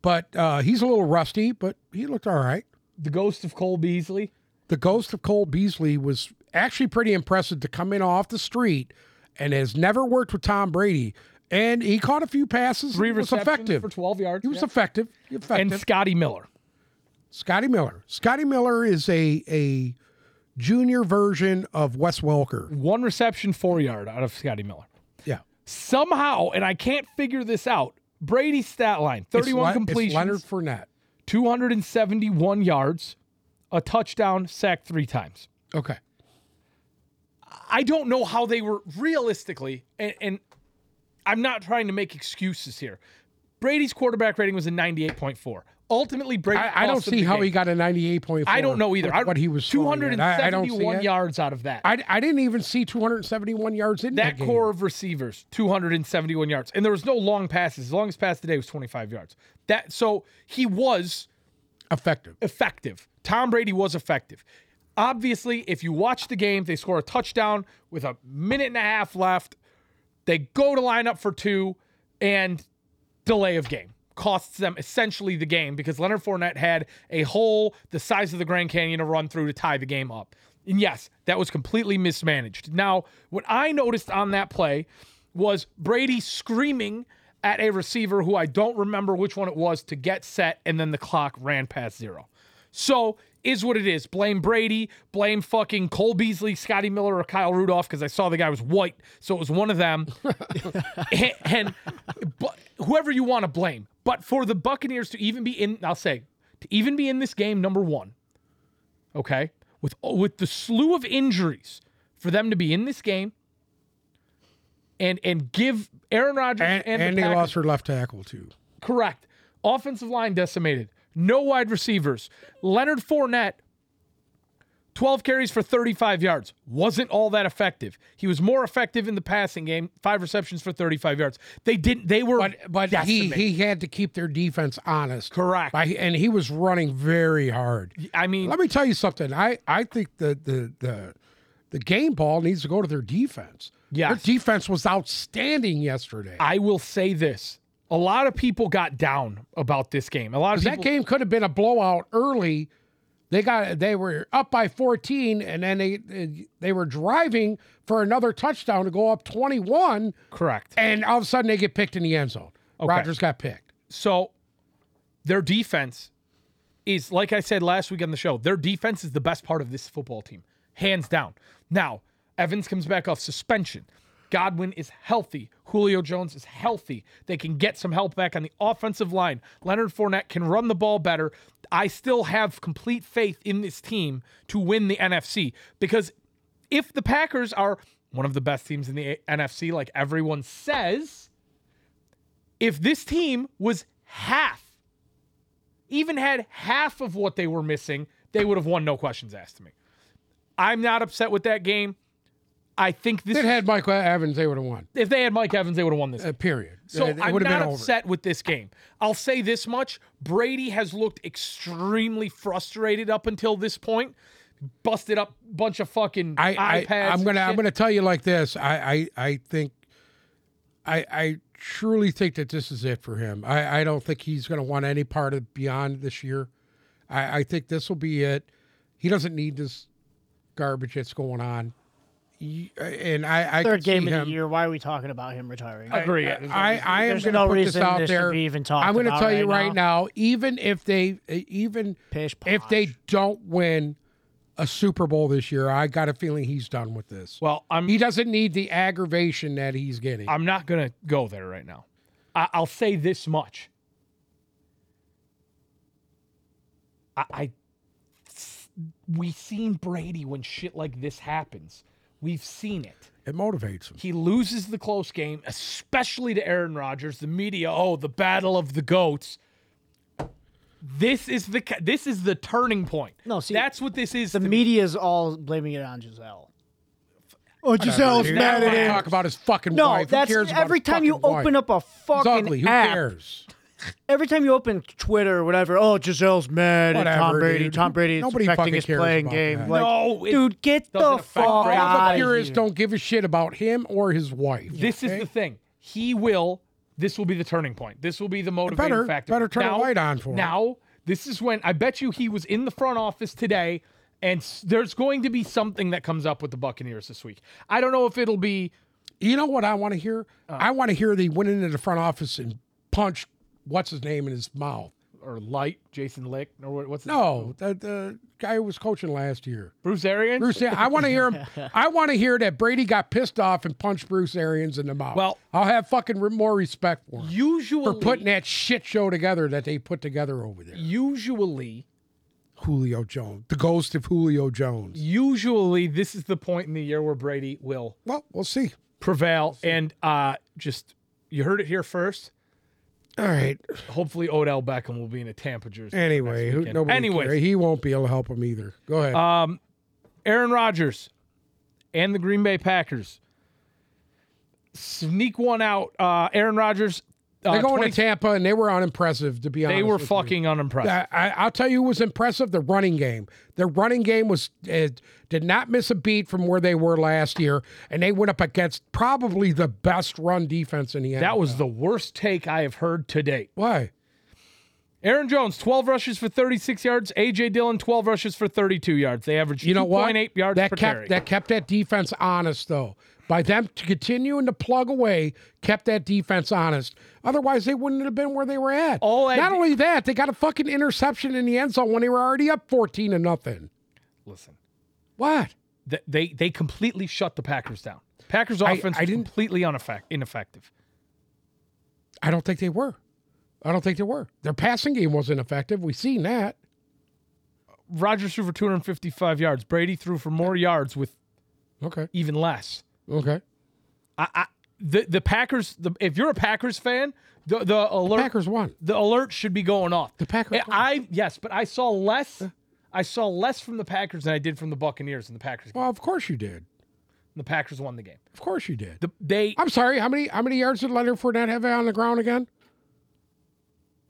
But uh, he's a little rusty, but he looked all right.
the ghost of Cole Beasley.
The ghost of Cole Beasley was actually pretty impressive to come in off the street and has never worked with Tom Brady. And he caught a few passes.
Three
and was
receptions
effective.
for 12 yards.
he was
yeah.
effective. effective.
and Scotty Miller.
Scotty Miller. Scotty Miller is a a junior version of Wes Welker.
One reception, four yard out of Scotty Miller.
Yeah.
Somehow, and I can't figure this out, Brady's stat line
It's
31
Le- it's
completions,
Leonard Fournette.
271 yards, a touchdown, sacked three times.
Okay.
I don't know how they were realistically, and, and I'm not trying to make excuses here. Brady's quarterback rating was a 98.4. Ultimately, Brady.
I, I don't
cost them
see
the
how
game.
he got a 98.4.
I don't know either.
with
I,
what he was throwing at.
271
I, I don't see it.
yards out of that.
I, I didn't even see 271 yards in
that
that, game.
core of receivers, 271 yards, and there was no long passes. The longest pass today was 25 yards. That so he was
effective.
effective. Tom Brady was effective. Obviously, if you watch the game, they score a touchdown with a minute and a half left. They go to line up for two and delay of game costs them essentially the game because Leonard Fournette had a hole the size of the Grand Canyon to run through to tie the game up. And yes, that was completely mismanaged. Now, what I noticed on that play was Brady screaming at a receiver who I don't remember which one it was to get set, and then the clock ran past zero. So is what it is. Blame Brady, blame fucking Cole Beasley, Scotty Miller, or Kyle Rudolph because I saw the guy was white, so it was one of them. and and but whoever you want to blame, but for the Buccaneers to even be in, I'll say to even be in this game, number one, okay, with with the slew of injuries, for them to be in this game. And, and give Aaron Rodgers
And,
and,
and,
the
they
Packers-
lost their left tackle too.
Correct. Offensive line decimated. No wide receivers. Leonard Fournette, 12 carries for 35 yards. Wasn't all that effective. He was more effective in the passing game. Five receptions for 35 yards. They didn't. They were.
But but he,
decimated.
he had to keep their defense honest.
Correct.
By, and he was running very hard.
I mean,
Let me tell you something. I, I think the the the the game ball needs to go to their defense.
Yes. Uh,
Their defense was outstanding yesterday.
I will say this: a lot of people got down about this game. A lot of
that
people.
game could have been a blowout early. They got they were up by 14 and then they they were driving for another touchdown to go up 21
Correct.
and all of a sudden they get picked in the end zone. Rodgers got picked.
So their defense is, like I said last week on the show, their defense is the best part of this football team, hands down. Now, Evans comes back off suspension. Godwin is healthy. Julio Jones is healthy. They can get some help back on the offensive line. Leonard Fournette can run the ball better. I still have complete faith in this team to win the NFC because if the Packers are one of the best teams in the NFC, like everyone says, if this team was half, even had half of what they were missing, they would have won no questions asked to me. I'm not upset with that game. I think this
If it had Michael Evans they would have won.
if they had Mike Evans, they would have won this.
Uh, period.
So
Uh, it
I'm
would have
not
been over.
upset with this game. I'll say this much: Brady has looked extremely frustrated up until this point. Busted up bunch of fucking
I,
iPads.
I I'm
and
gonna I'm
shit.
gonna tell you like this. I I, I think I I truly think that this is it for him. I, I don't think he's gonna want any part of beyond this year. I, I think this will be it. He doesn't need this garbage that's going on. You- And I, I
Third
could see
game of the
him-
year. Why are we talking about him retiring?
agree.
I, I am
There's
going to
no
put this
reason
out
this should
there.
be even talked
I'm gonna
about
tell you
right
right now, even if they, even
Pish
if they don't win a Super Bowl this year, I got a feeling he's done with this.
well, I'm
He doesn't need the aggravation that he's getting.
I'm not gonna go there right now. I, I'll say this much. I, I we've seen Brady when shit like this happens. We've seen it.
It motivates him.
He loses the close game, especially to Aaron Rodgers. The media, oh, the battle of the goats. This is the ca- this is the turning point.
No, see,
that's what this is.
The
to me.
media's all blaming it on Giselle. Oh, Giselle's
Dude,
mad
I
at
don't
him.
Talk about his fucking
No,
wife.
that's
Who cares about
every
his
time you
fucking
open
wife?
up a
He's
fucking
ugly. Who
app.
cares?
Every time you open Twitter or whatever, oh Giselle's mad at Tom
Whatever,
Brady.
dude.
Tom Brady is
Nobody
affecting
fucking
his
cares
playing
about
game.
that.
Like,
No, it
dude, get the
doesn't affect
fuck
Brady.
All the
out of
purists
here.
don't give a shit about him or his wife.
This is the thing. He will. This will be the turning point. This will be the motivating
better-
factor.
better turn the light on for him.
Now, this is when I bet you he was in the front office today, and s- there's going to be something that comes up with the Buccaneers this week. I don't know if it'll be.
You know what I want to hear?
Uh.
I want to hear that he went into the front office and punched what's his name in his mouth.
Or light, Jason Lick, or what- what's his-
No, the, the guy who was coaching last year.
Bruce Arians.
Bruce, I want to hear him. I want to hear that Brady got pissed off and punched Bruce Arians in the mouth.
Well-
I'll have fucking re- more respect for him
usually,
for putting that shit show together that they put together over there.
usually,
Julio Jones, the ghost of Julio Jones.
usually, this is the point in the year where Brady will
Well, we'll see.
prevail, and uh, just you heard it here first.
All right.
Hopefully, Odell Beckham will be in a Tampa jersey.
Anyway, who,
weekend.
nobody.
Anyways. Uh,
cares. he won't be able to help him either. Go ahead.
Aaron Rodgers and the Green Bay Packers sneak one out. Uh, Aaron Rodgers, uh,
They're going
20
to Tampa, and they were unimpressive. To be honest,
they were
with you.
fucking unimpressed.
I, I- I'll tell you, who was impressive. The running game. Their running game was uh, did not miss a beat from where they were last year, and they went up against probably the best run defense in the NFL.
that was the worst take I have heard to date.
why
Aaron Jones, 12 rushes for 36 yards. A.J. Dillon, 12 rushes for 32 yards. They averaged
You know what?
2.8 yards
that
per
kept
carry.
that kept that defense honest though. By them to continuing to plug away, kept that defense honest. Otherwise, they wouldn't have been where they were at.
All that
Not
de-
only that, they got a fucking interception in the end zone when they were already up fourteen to nothing.
Listen,
What?
th- they, they completely shut the Packers down. Packers offense
I
was
didn't-
completely unaffect- ineffective.
I don't think they were. I don't think they were. Their passing game was ineffective. We've seen that.
Rodgers threw for 255 yards. Brady threw for more yards with
Okay.
even less.
Okay.
I, I the the Packers. The, if you're a Packers fan, the the alert
Packers won.
the alert should be going off.
The Packers
And I yes, but I saw less. I saw less from the Packers than I did from the Buccaneers in the Packers. Game.
Well, of course you did.
The Packers won the game.
Of course you did.
The, they
I'm sorry. How many how many yards did Leonard Fournette have on the ground again?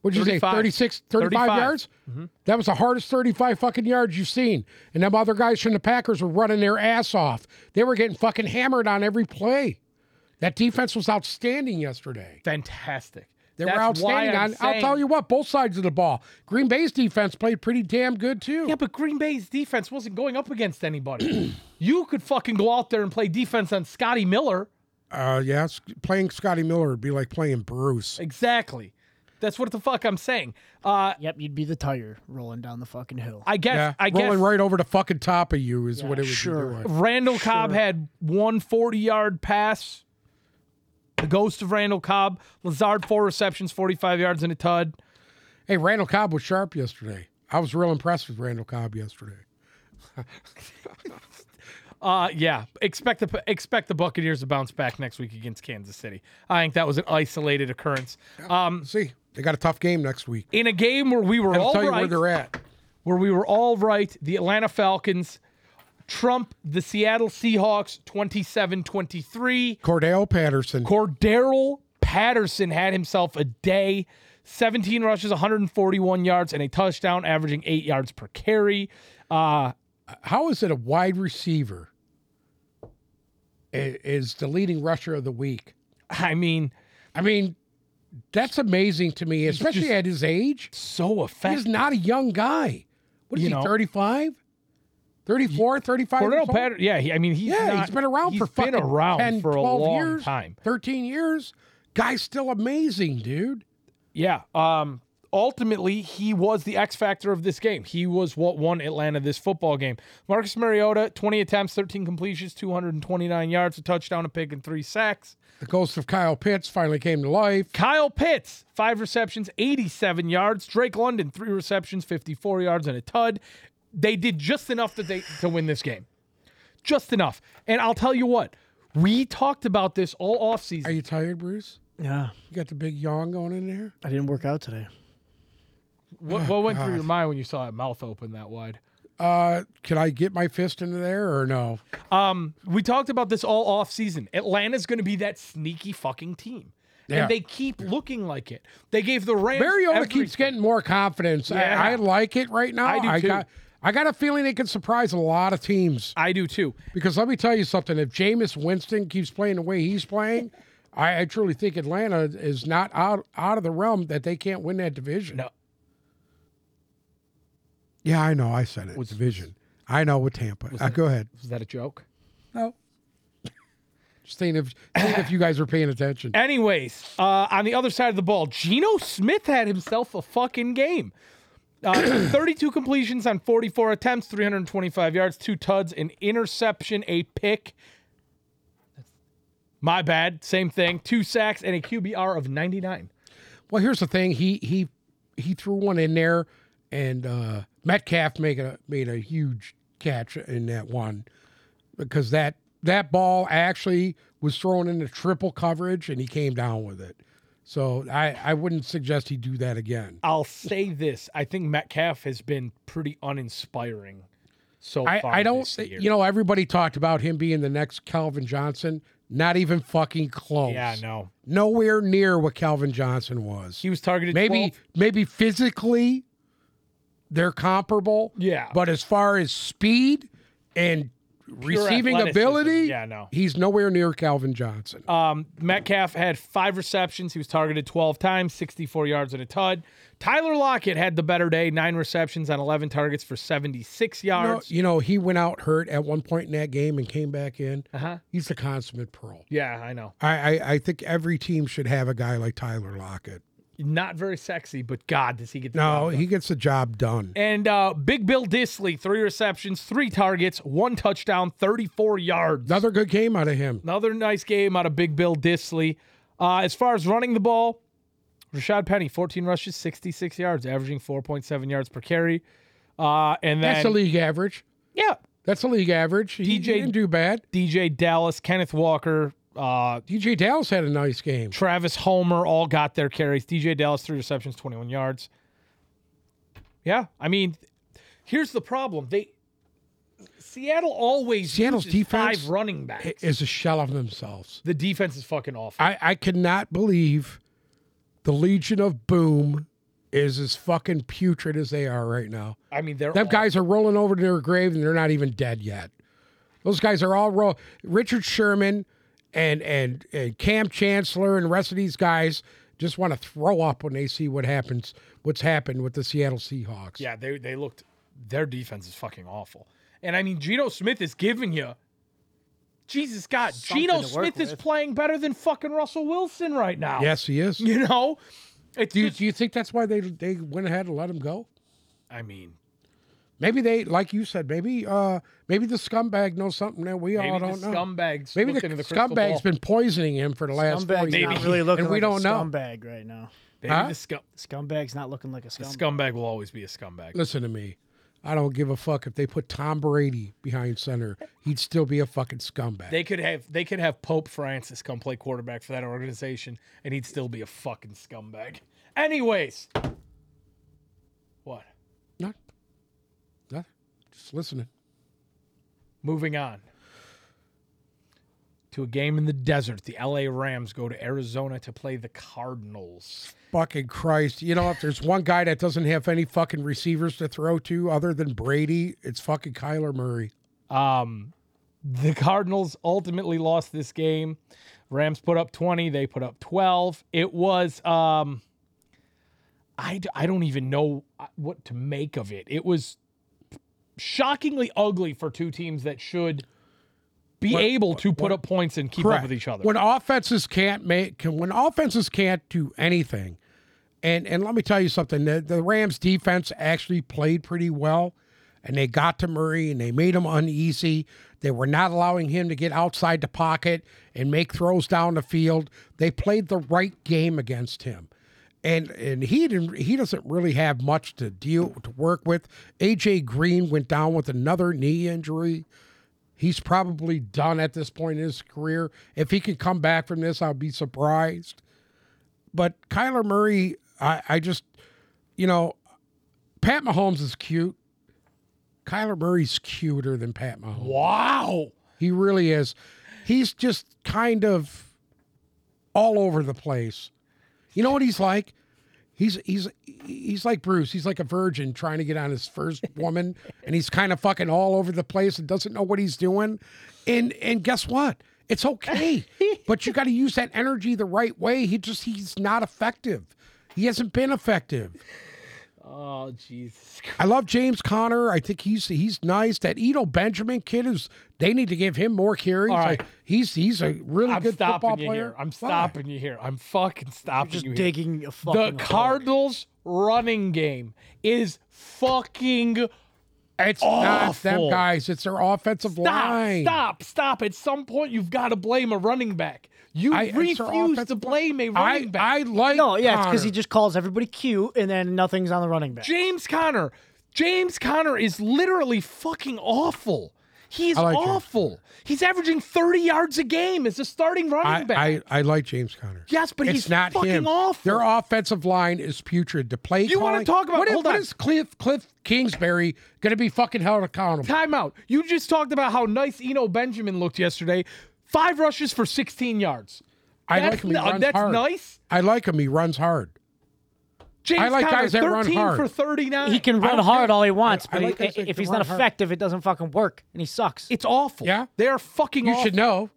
What'd you
35.
say? 36, 35,
35.
yards?
Mm-hmm.
That was the hardest 35 fucking yards you've seen. And them other guys from the Packers were running their ass off. They were getting fucking hammered on every play. That defense was outstanding yesterday.
fantastic.
They
That's
were outstanding.
Why
On,
I'm
I'll
saying-
tell you what, both sides of the ball. Green Bay's defense played pretty damn good, too.
Yeah, but Green Bay's defense wasn't going up against anybody. you could fucking go out there and play defense on Scotty Miller.
Uh, yeah, s- playing Scotty Miller would be like playing Bruce.
Exactly. That's what the fuck I'm saying. Uh,
Yep, you'd be the tire rolling down the fucking hill.
I guess.
Yeah,
I guess.
rolling right over the fucking top of you is what it would
sure.
be doing.
Randall Cobb had one 40 yard pass. The ghost of Randall Cobb. Lazard, four receptions, 45 yards and a tud.
Hey, Randall Cobb was sharp yesterday. I was real impressed with Randall Cobb yesterday.
Uh, yeah. Expect the expect the Buccaneers to bounce back next week against Kansas City. I think that was an isolated occurrence. Um,
See, they got a tough game next week.
in a game where we were
I'll
all
tell you
right-
where they're at.
where we were all right, the Atlanta Falcons trump the Seattle Seahawks 27-23.
Cordell Patterson.
Cordero Patterson had himself a day. 17 rushes, 141 yards, and a touchdown, averaging eight yards per carry. Uh,
How is it a wide receiver i- is the leading rusher of the week?
I mean,
I mean, that's amazing to me, especially
just-
at his age.
so
He's
effective.
not a young guy. What is
You
he,
know.
35? 34, 35?
Cordero
years old?
Patterson, yeah, he, I mean, he's
Yeah,
not-
he's been around for
he's been
fucking
around
10,
for a
12
long
years,
time.
13 years. Guy's still amazing, dude.
Yeah. Um. Ultimately, he was the X factor of this game. He was what won Atlanta this football game. Marcus Mariota, 20 attempts, 13 completions, 229 yards, a touchdown, a pick, and three sacks.
The ghost of Kyle Pitts finally came to life.
Kyle Pitts, five receptions, 87 yards. Drake London, three receptions, 54 yards, and a tud. They did just enough that they, to win this game. Just enough. And I'll tell you what, we talked about this all offseason.
Are you tired, Bruce?
Yeah,
You got the big yawn going in there?
I didn't work out today.
oh
what what went through your mind when you saw that mouth open that wide?
Uh, can I get my fist into there or no?
Um, we talked about this all off season. Atlanta's going to be that sneaky fucking team,
Yeah.
and they keep looking like it. They gave the Rams.
Mariota
everything.
keeps getting more confidence.
Yeah.
I, I like it right now.
I do too.
got I got a feeling it can surprise a lot of teams.
I do too.
Because let me tell you something, if Jameis Winston keeps playing the way he's playing, I, I truly think Atlanta is not out out of the realm that they can't win that division.
No.
Yeah, I know. I said it.
Was-
division. I know with Tampa. Uh, go ahead.
Was that a joke?
No. Just think if think if you guys are paying attention.
Anyways, uh, on the other side of the ball, Geno Smith had himself a fucking game. Uh, 32 completions on 44 attempts, 325 yards, two tuds, an interception, a pick. My bad. Same thing. Two sacks and a QBR of 99.
Well, here's the thing. He he he threw one in there, and uh, Metcalf made a made a huge catch in that one because that that ball actually was thrown into triple coverage, and he came down with it. So I I wouldn't suggest he do that again.
I'll say this: I think Metcalf has been pretty uninspiring so
I,
far.
I don't
This year.
you know everybody talked about him being the next Calvin Johnson. Not even fucking close.
yeah, no.
Nowhere near what Calvin Johnson was.
He was targeted.
maybe
12
maybe physically they're comparable
Yeah.
but as far as speed and
pure
Receiving
athleticism.
ability,
Yeah, no.
he's nowhere near Calvin Johnson.
Um, Metcalf had five receptions. He was targeted 12 times, 64 yards and a tud. Tyler Lockett had the better day, nine receptions on 11 targets for 76
You know-
yards.
you know, he went out hurt at one point in that game and came back in.
Uh-huh.
He's a consummate pro.
Yeah, I know.
I, I, I think every team should have a guy like Tyler Lockett.
Not very sexy, but God, does he get the
No,
job done.
he gets the job done.
And uh, Big Bill Disley, three receptions, three targets, one touchdown, 34 yards.
Another good game out of him.
Another nice game out of Big Bill Disley. Uh, as far as running the ball, Rashad Penny, 14 rushes, 66 yards, averaging 4.7 yards per carry. Uh, and then,
That's a league average.
yeah,
That's a league average. He, he
DJ
didn't do bad.
DJ Dallas, Kenneth Walker, uh,
DJ Dallas had a nice game.
Travis Homer all got their carries. DJ Dallas, three receptions, 21 yards. Yeah, I mean, here's the problem. They Seattle always
Seattle's
uses
defense
five running backs.
Is a shell of themselves.
the defense is fucking awful.
I, I cannot believe the Legion of Boom is as fucking putrid as they are right now.
I mean, they're
Them
awful.
guys are rolling over to their grave and they're not even dead yet. Those guys are all roll. Richard Sherman and and and Cam Chancellor and the rest of these guys just want to throw up when they see what happens. What's happened with the Seattle Seahawks?
Yeah, they they looked their defense is fucking awful. And I mean Geno Smith is giving you Jesus God,
Something
Geno
to work
Smith is
with.
playing better than fucking Russell Wilson right now.
Yes, he is.
You know? It's
Do you,
just-
do you think that's why they they went ahead and let him go?
I mean,
Maybe they, like you said, maybe uh maybe the scumbag knows something that we all
maybe
don't
the
know.
scumbags
Maybe the
looking in the crystal
scumbag's
ball.
been poisoning him for the last four
Scumbag's
years.
Maybe.
not really looking
And we
like
don't
a
know.
scumbag right now.
maybe
huh?
the scum
Scumbag's not looking like a
the
scumbag.
scumbag will always be a scumbag.
Listen to me. I don't give a fuck if they put Tom Brady behind center. He'd still be a fucking scumbag.
They could have they could have Pope Francis come play quarterback for that organization and he'd still be a fucking scumbag. Anyways. What?
no, nothing. Just listening.
Moving on to a game in the desert. The LA Rams go to Arizona to play the Cardinals.
Fucking Christ. You know, if there's one guy that doesn't have any fucking receivers to throw to other than Brady, it's fucking Kyler Murray.
Um, the Cardinals ultimately lost this game. Rams put up 20, they put up 12. It was um I, d- I don't even know uh, what to make of it. It was shockingly ugly for two teams that should be able to put up points and keep up with each other.
When offenses can't make, can, when offenses can't do anything, and and let me tell you something, the, the Rams defense actually played pretty well, and they got to Murray and they made him uneasy. They were not allowing him to get outside the pocket and make throws down the field. They played the right game against him. And, and he didn't he doesn't really have much to deal to work with. AJ Green went down with another knee injury he's probably done at this point in his career. If he can come back from this, I'll be surprised. But Kyler Murray, I, I just, you know, Pat Mahomes is cute. Kyler Murray's cuter than Pat Mahomes.
wow.
He really is. He's just kind of all over the place. You know what he's like? He's he's he's like Bruce. He's like a virgin trying to get on his first woman, and he's kind of fucking all over the place and doesn't know what he's doing. And and guess what? It's okay, but you got to use that energy the right way. He just he's not effective. He hasn't been effective.
Oh Jesus Christ.
I love James Conner. I think he's he's nice. That Edo Benjamin kid is they need to give him more carries.
All right.
Like, he's he's a really
I'm
good football
stopping you
player.
here. I'm
Why?
stopping you here. I'm fucking stopping
Just
you here.
digging a
The
fucking hole.
Cardinals running game is fucking
It's not them
Awful.
guys. It's their offensive
stop,
line.
stop, stop. At some point, you've got to blame a running back. You
I- it's their
refuse to
offensive
blame a running
I,
back.
I like
No, yeah, it's
Conner.
because he just calls everybody cute, and then nothing's on the running back.
James Conner. James Conner is literally fucking awful. He is
I like James
awful. He's averaging 30 yards a game as a starting running
I,
back.
I, I like James Conner.
yes, but
it's
he's
not
fucking
him.
awful.
Their offensive line is putrid. The play
You wanna
calling-
talk about-
what is,
hold
what
on.
is Cliff Cliff Kingsbury going to be fucking held accountable?
Timeout. You just talked about how nice Eno Benjamin looked yesterday. Five rushes for 16 yards.
I
That's
like him. He
n- uh,
runs
that's
hard.
nice.
I like him. He runs hard.
James
I like
Conner,
guys that run
13
hard.
for 39.
He can run
don't
hard
care.
all he wants,
I
but
like
he-
guys that
if
can
he's not
run hard.
effective, it doesn't fucking work, and he sucks.
It's awful.
Yeah?
They are fucking
You
awful.
should know.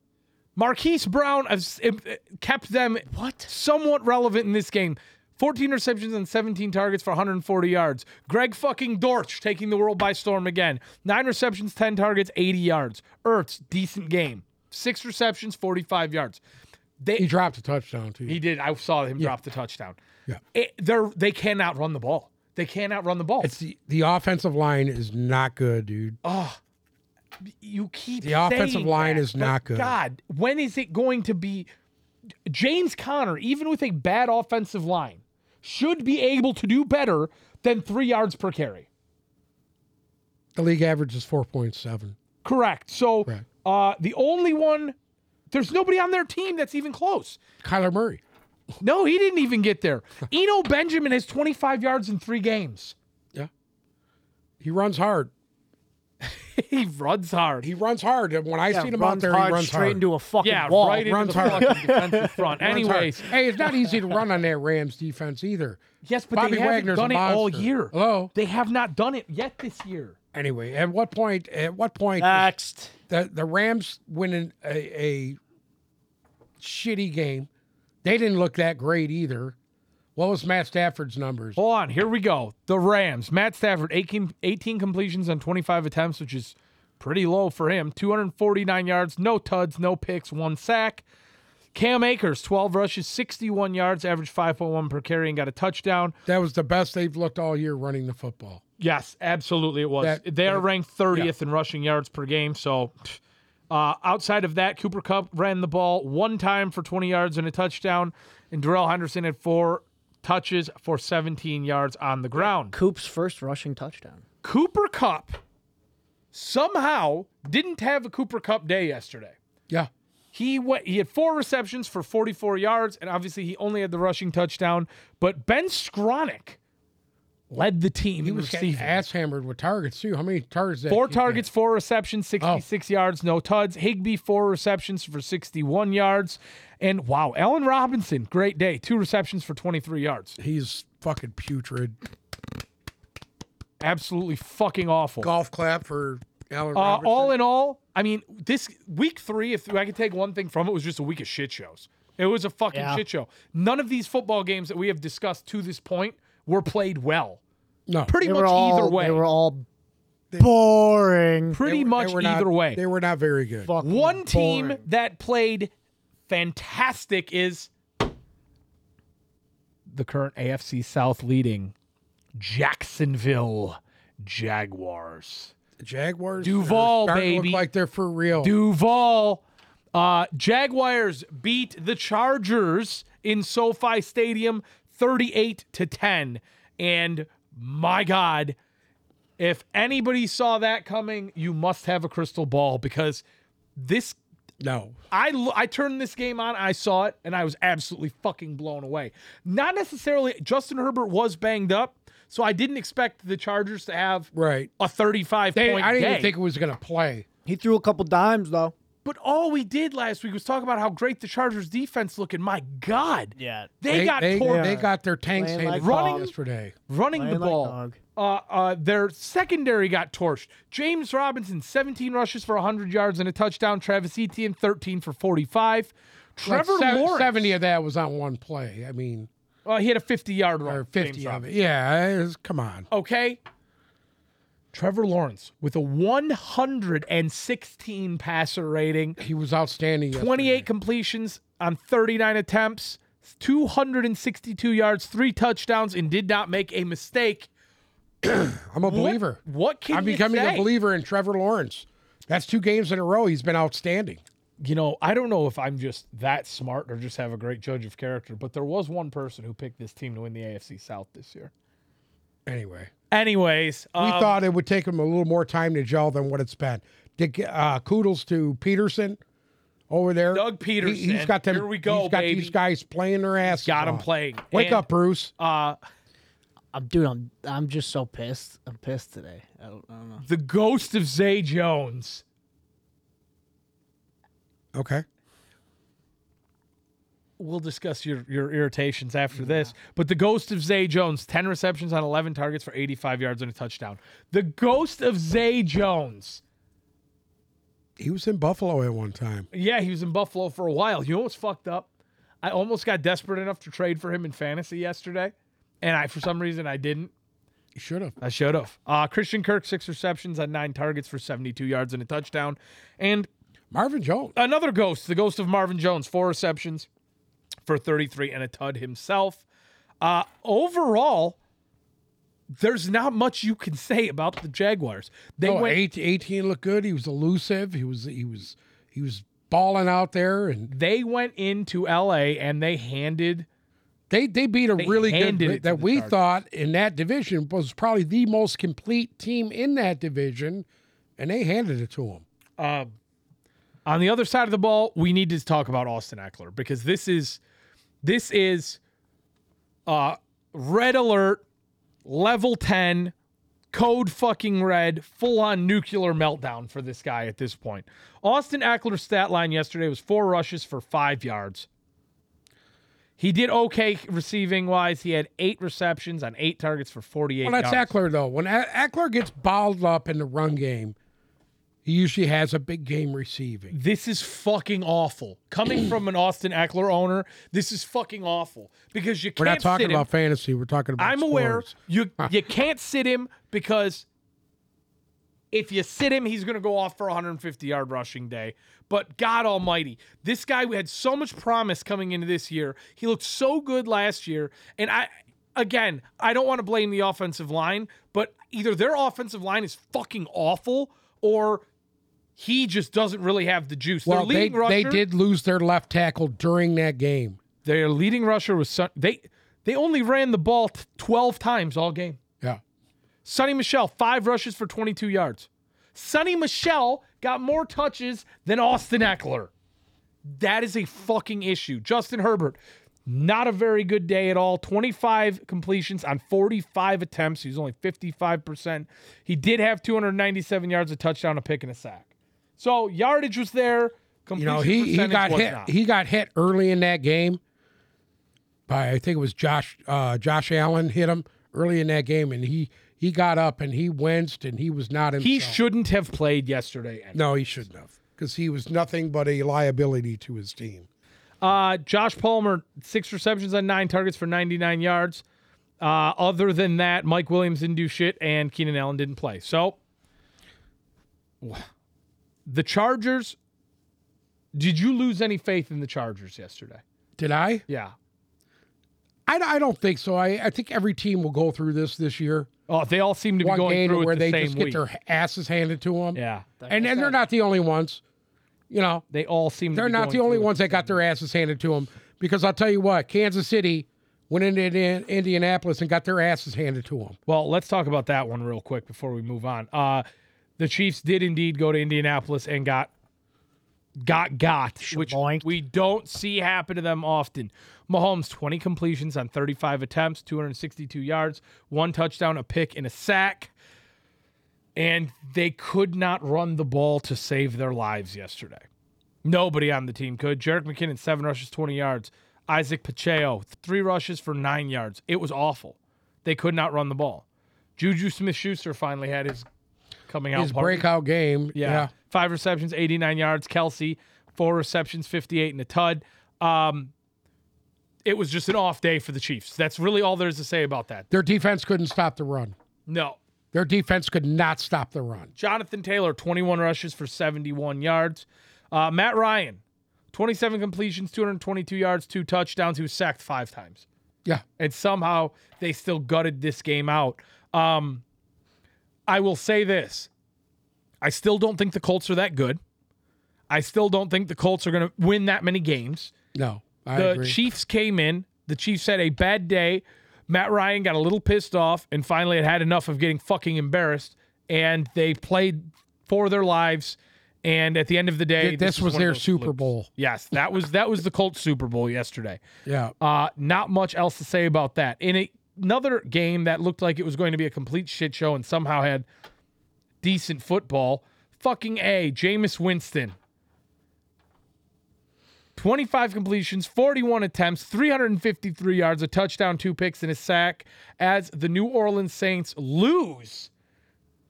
Marquise Brown has uh, kept them
What?
somewhat relevant in this game. 14 receptions and 17 targets for 140 yards. Greg fucking Dortch taking the world by storm again. Nine receptions, 10 targets, 80 yards. Ertz, decent game. Six receptions, 45 yards. They,
He dropped a touchdown to you.
He did. I saw him drop the touchdown.
Yeah.
It, they're they cannot run the ball. They cannot run the ball.
it's the, the offensive line is not good, dude.
Oh. you keep
The offensive
saying
line
that,
is
but
not good.
God, when is it going to be? James Conner, even with a bad offensive line, should be able to do better than three yards per carry.
The league average is 4.7.
Correct. So
Correct.
Uh, the only one, there's nobody on their team that's even close.
Kyler Murray.
No, he didn't even get there. Eno Benjamin has 25 yards in three games.
He runs hard.
he runs hard.
He runs hard. And when I see him out
runs
there,
hard
he runs
straight
hard.
into a fucking
yeah,
wall.
right into
runs
the
hard.
fucking defensive front.
Runs hard.
Anyways,
Hey, it's not easy to run on that Rams defense either.
yes, but
Bobby
they haven't
Wagner's a
done it all
monster.
year.
Hello?
They have not done it yet this year.
Anyway, at what point? At what point?
Ah.
Next.
the the Rams winning a, a shitty game. They didn't look that great either. What was Matt Stafford's numbers?
Hold on, here we go. The Rams, Matt Stafford, 18, 18 completions on 25 attempts, which is pretty low for him. 249 yards, no tuds, no picks, one sack. Cam Akers, 12 rushes, 61 yards, average 5.1 per carry, and got a touchdown.
That was the best they've looked all year running the football.
Yes, absolutely it was.
That-
they are
that-
ranked 30th in rushing yards per game. So pff, uh, outside of that, Cooper Cup ran the ball one time for 20 yards and a touchdown, and Darrell Henderson had four touches for 17 yards on the ground.
Coop's first rushing touchdown.
Cooper Cup somehow didn't have a Cooper Cup day yesterday.
Yeah,
He went, he had four receptions for 44 yards, and obviously he only had the rushing touchdown. But Ben Skronik led the team
he
in
was getting
receiving.
ass hammered with targets too. How many targets? did that
Four
kid get?
targets, four
Oh.
receptions, 66 yards, no tuds. Higby, four receptions for 61 yards. And wow, Allen Robinson, great day. Two receptions for 23 yards.
He's fucking putrid.
Absolutely fucking awful.
Golf clap for Allen
Uh,
Robinson.
all in all, I mean, this week three, if I could take one thing from it, was just a week of shit shows. It was a fucking
Yeah.
shit show. None of these football games that we have discussed to this point were played well.
no,
Pretty
They
much
were all
either way.
they were all boring.
Pretty
They were-
much
they were
either
not-
way.
They were not very good.
Fucking
One team
boring.
that played fantastic is the current AFC South leading Jacksonville Jaguars.
The Jaguars are
Duval,
starting to
baby.
look like they're for real.
Duval. Uh, Jaguars beat the Chargers in SoFi Stadium 38 to 10. And my God, if anybody saw that coming, you must have a crystal ball because this
no,
I, l- I turned this game on, I saw it, and I was absolutely fucking blown away. Not necessarily, Justin Herbert was banged up, so I didn't expect the Chargers to have
right?
a 35
They,
point
I didn't
day.
even think it was going to play.
He threw a couple dimes though.
But all we did last week was talk about how great the Chargers defense looked, and my God,
Yeah.
they, got
they,
tore
they got their tanks
Playing
handed
like
running
dogs.
yesterday.
running the
Playing like
ball.
dog.
Uh, uh, their secondary got torched. James Robinson, 17 rushes for 100 yards and a touchdown. Travis Etienne, 13 for 45.
Like
Trevor
seven-
Lawrence,
seventy of that was on one play. I mean,
Uh, he had a 50 yard run.
or
James
fifty
Robinson.
of it. Yeah, it was- come on.
okay? Trevor Lawrence with a 116 passer rating,
He was outstanding.
28 completions on 39 attempts, 262 yards, three touchdowns, and did not make a mistake.
yesterday. I'm a believer.
What, what can
I'm
you
becoming
say?
a believer in Trevor Lawrence. That's two games in a row. He's been outstanding.
You know, I don't know if I'm just that smart or just have a great judge of character, but there was one person who picked this team to win the AFC South this year.
Anyway,
Anyways,
we
um,
thought it would take him a little more time to gel than what it's been. Dick, uh, kudos to Peterson over there.
Doug Peterson.
He, has got them.
Here we go,
He's got
baby.
these guys playing their ass.
got him playing.
Wake
And,
up, Bruce.
Uh,
I'm, dude, I'm I'm just so pissed. I'm pissed today. I don't, I don't know.
the ghost of Zay Jones.
Okay.
we'll discuss your, your irritations after this. But the ghost of Zay Jones, 10 receptions on 11 targets for 85 yards and a touchdown. The ghost of Zay Jones.
He was in Buffalo at one time.
Yeah, he was in Buffalo for a while. You know what's fucked up? I almost got desperate enough to trade for him in fantasy yesterday, and I for some reason I didn't.
He should have.
I should have. Uh, Christian Kirk, six receptions on nine targets for 72 yards and a touchdown. And
Marvin Jones.
another ghost, the ghost of Marvin Jones, four receptions for 33 and a tud himself. Uh, overall, there's not much you can say about the Jaguars. They
Oh,
went,
eight- 18 looked good. He was elusive. He was he was he was balling out there and
they went into LA and they handed
they they beat a really good
handed it to
that
the
we
Chargers.
thought in that division was probably the most complete team in that division and they handed it to him.
On the other side of the ball, we need to talk about Austin Eckler because this is this is uh red alert, level 10, code fucking red, full on nuclear meltdown for this guy at this point. Austin Eckler's stat line yesterday was four rushes for 5 yards. He did okay receiving wise. He had 8 receptions on 8 targets for 48
Well, that's
yards.
Eckler though. When E- Eckler gets balled up in the run game, he usually has a big game receiving.
This is fucking awful. Coming from an Austin Eckler owner, this is fucking awful because you can't.
We're not
sit
talking
him.
about fantasy. We're talking about.
I'm aware
scores.
you you can't sit him because if you sit him, he's going to go off for 150 yard rushing day. But God Almighty, this guy had so much promise coming into this year. He looked so good last year, and I again, I don't want to blame the offensive line, but either their offensive line is fucking awful or. He just doesn't really have the juice. Their
Well, they,
leading
they
rusher-
did lose their left tackle during that game.
Their leading rusher was Son- they. They only ran the ball t- 12 times all game.
Yeah.
Sonny Michelle, five rushes for 22 yards. Sonny Michelle got more touches than Austin Eckler. That is a fucking issue. Justin Herbert, not a very good day at all. 25 completions on 45 attempts. He's only 55%. He did have 297 yards, a touchdown, a pick, and a sack. So yardage was there.
You
Completion
know, he, he
percentage
got
was
hit.
not.
He got hit early in that game by I think it was Josh uh, Josh Allen hit him early in that game, and he he got up and he winced and he was not himself.
He shouldn't have played yesterday. anyway.
no, he shouldn't have because he was nothing but a liability to his team.
Uh, Josh Palmer, six receptions on nine targets for 99 yards. Uh, other than that, Mike Williams didn't do shit, and Keenan Allen didn't play. So, wh- the Chargers. Did you lose any faith in the Chargers yesterday?
Did I?
Yeah.
I, I don't think so. I, I think every team will go through this this year.
Oh, they all seem to be
One
going
game
through it
where
the
they
same
just get
week.
their asses handed to them,
yeah,
and and they're not the only ones. You know,
they all seem. to
They're
be
not the
going
only
through it.
ones that got their asses handed to them because I'll tell you what, Kansas City went into Indi- Indianapolis and got their asses handed to them.
Well, let's talk about that one real quick before we move on. Uh, the Chiefs did indeed go to Indianapolis and got got got, which
Shaboinked.
we don't see happen to them often. Mahomes 20 completions on 35 attempts, 262 yards, one touchdown, a pick, and a sack. And they could not run the ball to save their lives yesterday. Nobody on the team could. Jarek McKinnon, seven rushes, 20 yards. Isaac Pacheco, three rushes for nine yards. It was awful. They could not run the ball. Juju Smith Schuster finally had his coming out
His
party.
breakout game, yeah.
Yeah. Five receptions, 89 yards. Kelsey, four receptions, 58 and a tud. Um, it was just an off day for the Chiefs. That's really all there is to say about that.
their defense couldn't stop the run.
No.
Their defense could not stop the run.
Jonathan Taylor, 21 rushes for 71 yards. Uh, Matt Ryan, 27 completions, 222 yards, two touchdowns. He was sacked five times.
Yeah,
and somehow they still gutted this game out. Um, I will say this: I still don't think the Colts are that good. I still don't think the Colts are going to win that many games.
no, I
The
agree.
Chiefs came in. The Chiefs had a bad day. Matt Ryan got a little pissed off and finally had had enough of getting fucking embarrassed. And they played for their lives. And at the end of the day,
Th- this
is
was
one of
their
those
Super
flukes.
Bowl.
Yes, that was that was the Colts Super Bowl yesterday.
yeah,
Uh, not much else to say about that. In a, another game that looked like it was going to be a complete shit show and somehow had decent football, fucking A, Jameis Winston. 25 completions, 41 attempts, 353 yards, a touchdown, two picks, and a sack as the New Orleans Saints lose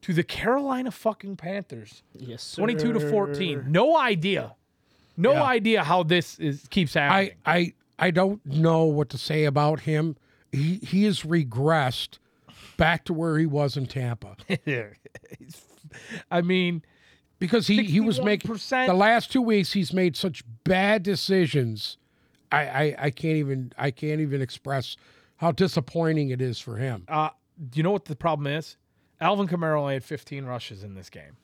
to the Carolina fucking Panthers
Yes, sir.
22 to 14. No idea. No
Yeah.
idea how this is keeps happening.
I I I don't know what to say about him. He he has regressed back to where he was in Tampa
I mean,
because he he was making
61%.
the last two weeks he's made such bad decisions. I, I I can't even I can't even express how disappointing it is for him.
Uh, do you know what the problem is? Alvin Kamara only had 15 rushes in this game.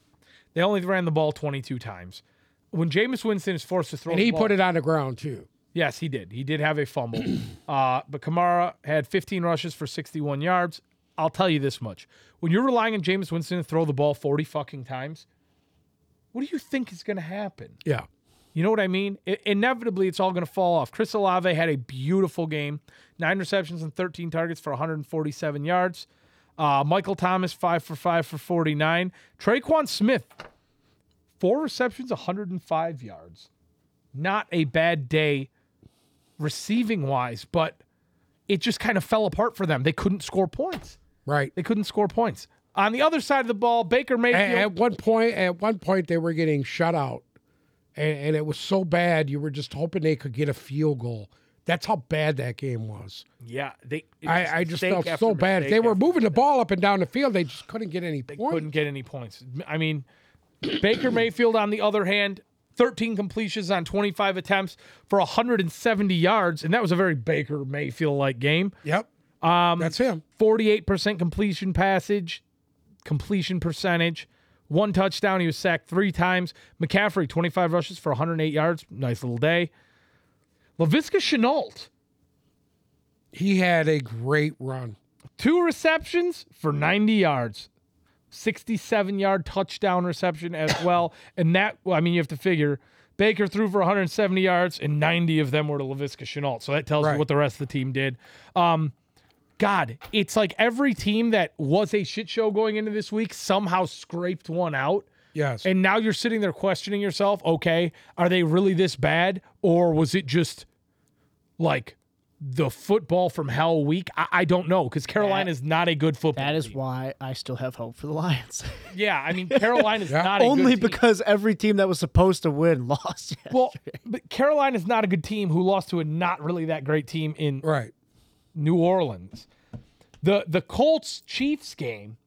They only ran the ball 22 times. When Jameis Winston is forced to throw,
And
the
he
ball,
put it on the ground too.
Yes, he did. He did have a fumble. uh, but Kamara had 15 rushes for 61 yards. I'll tell you this much: when you're relying on Jameis Winston to throw the ball 40 fucking times, what do you think is going to happen?
Yeah.
You know what I mean? I- inevitably, it's all going to fall off. Chris Olave had a beautiful game nine receptions and 13 targets for 147 yards. Uh, Michael Thomas, five for five for 49. Traquan Smith, four receptions, 105 yards. Not a bad day receiving wise, but it just kind of fell apart for them. They couldn't score points.
Right.
They couldn't score points. On the other side of the ball, Baker
A-
Mayfield.
At, one point at one point they were getting shut out. And, and it was so bad you were just hoping they could get a field goal. That's how bad that game was.
yeah, they.
I, I just
mistake
felt
after
so bad. If
mistake
they were
after
moving the ball up and down the field, they just couldn't get any points.
couldn't get any points. I mean, Baker Mayfield, on the other hand, 13 completions on 25 attempts for 170 yards, and that was a very Baker Mayfield like game.
Yep. Um, That's him.
48% completion passage, completion percentage, one touchdown. He was sacked three times. McCaffrey, 25 rushes for 108 yards. Nice little day. LaVisca Chenault,
He had a great run.
two receptions for 90 yards 67 yard touchdown reception as well and that well, i mean you have to figure baker threw for 170 yards and 90 of them were to LaVisca chenault so that tells
Right.
you what the rest of the team did um god it's like every team that was a shit show going into this week somehow scraped one out
Yes.
and now you're sitting there questioning yourself, okay, are they really this bad? Or was it just like the football from hell week? I, I don't know because Carolina's not a good football.
That is
team.
why I still have hope for the Lions.
Yeah, I mean, Carolina's not a
Only
good team.
because every team that was supposed to win lost.
Well, but Carolina's not a good team who lost to a not really that great team in
right.
New Orleans. The the Colts Chiefs game.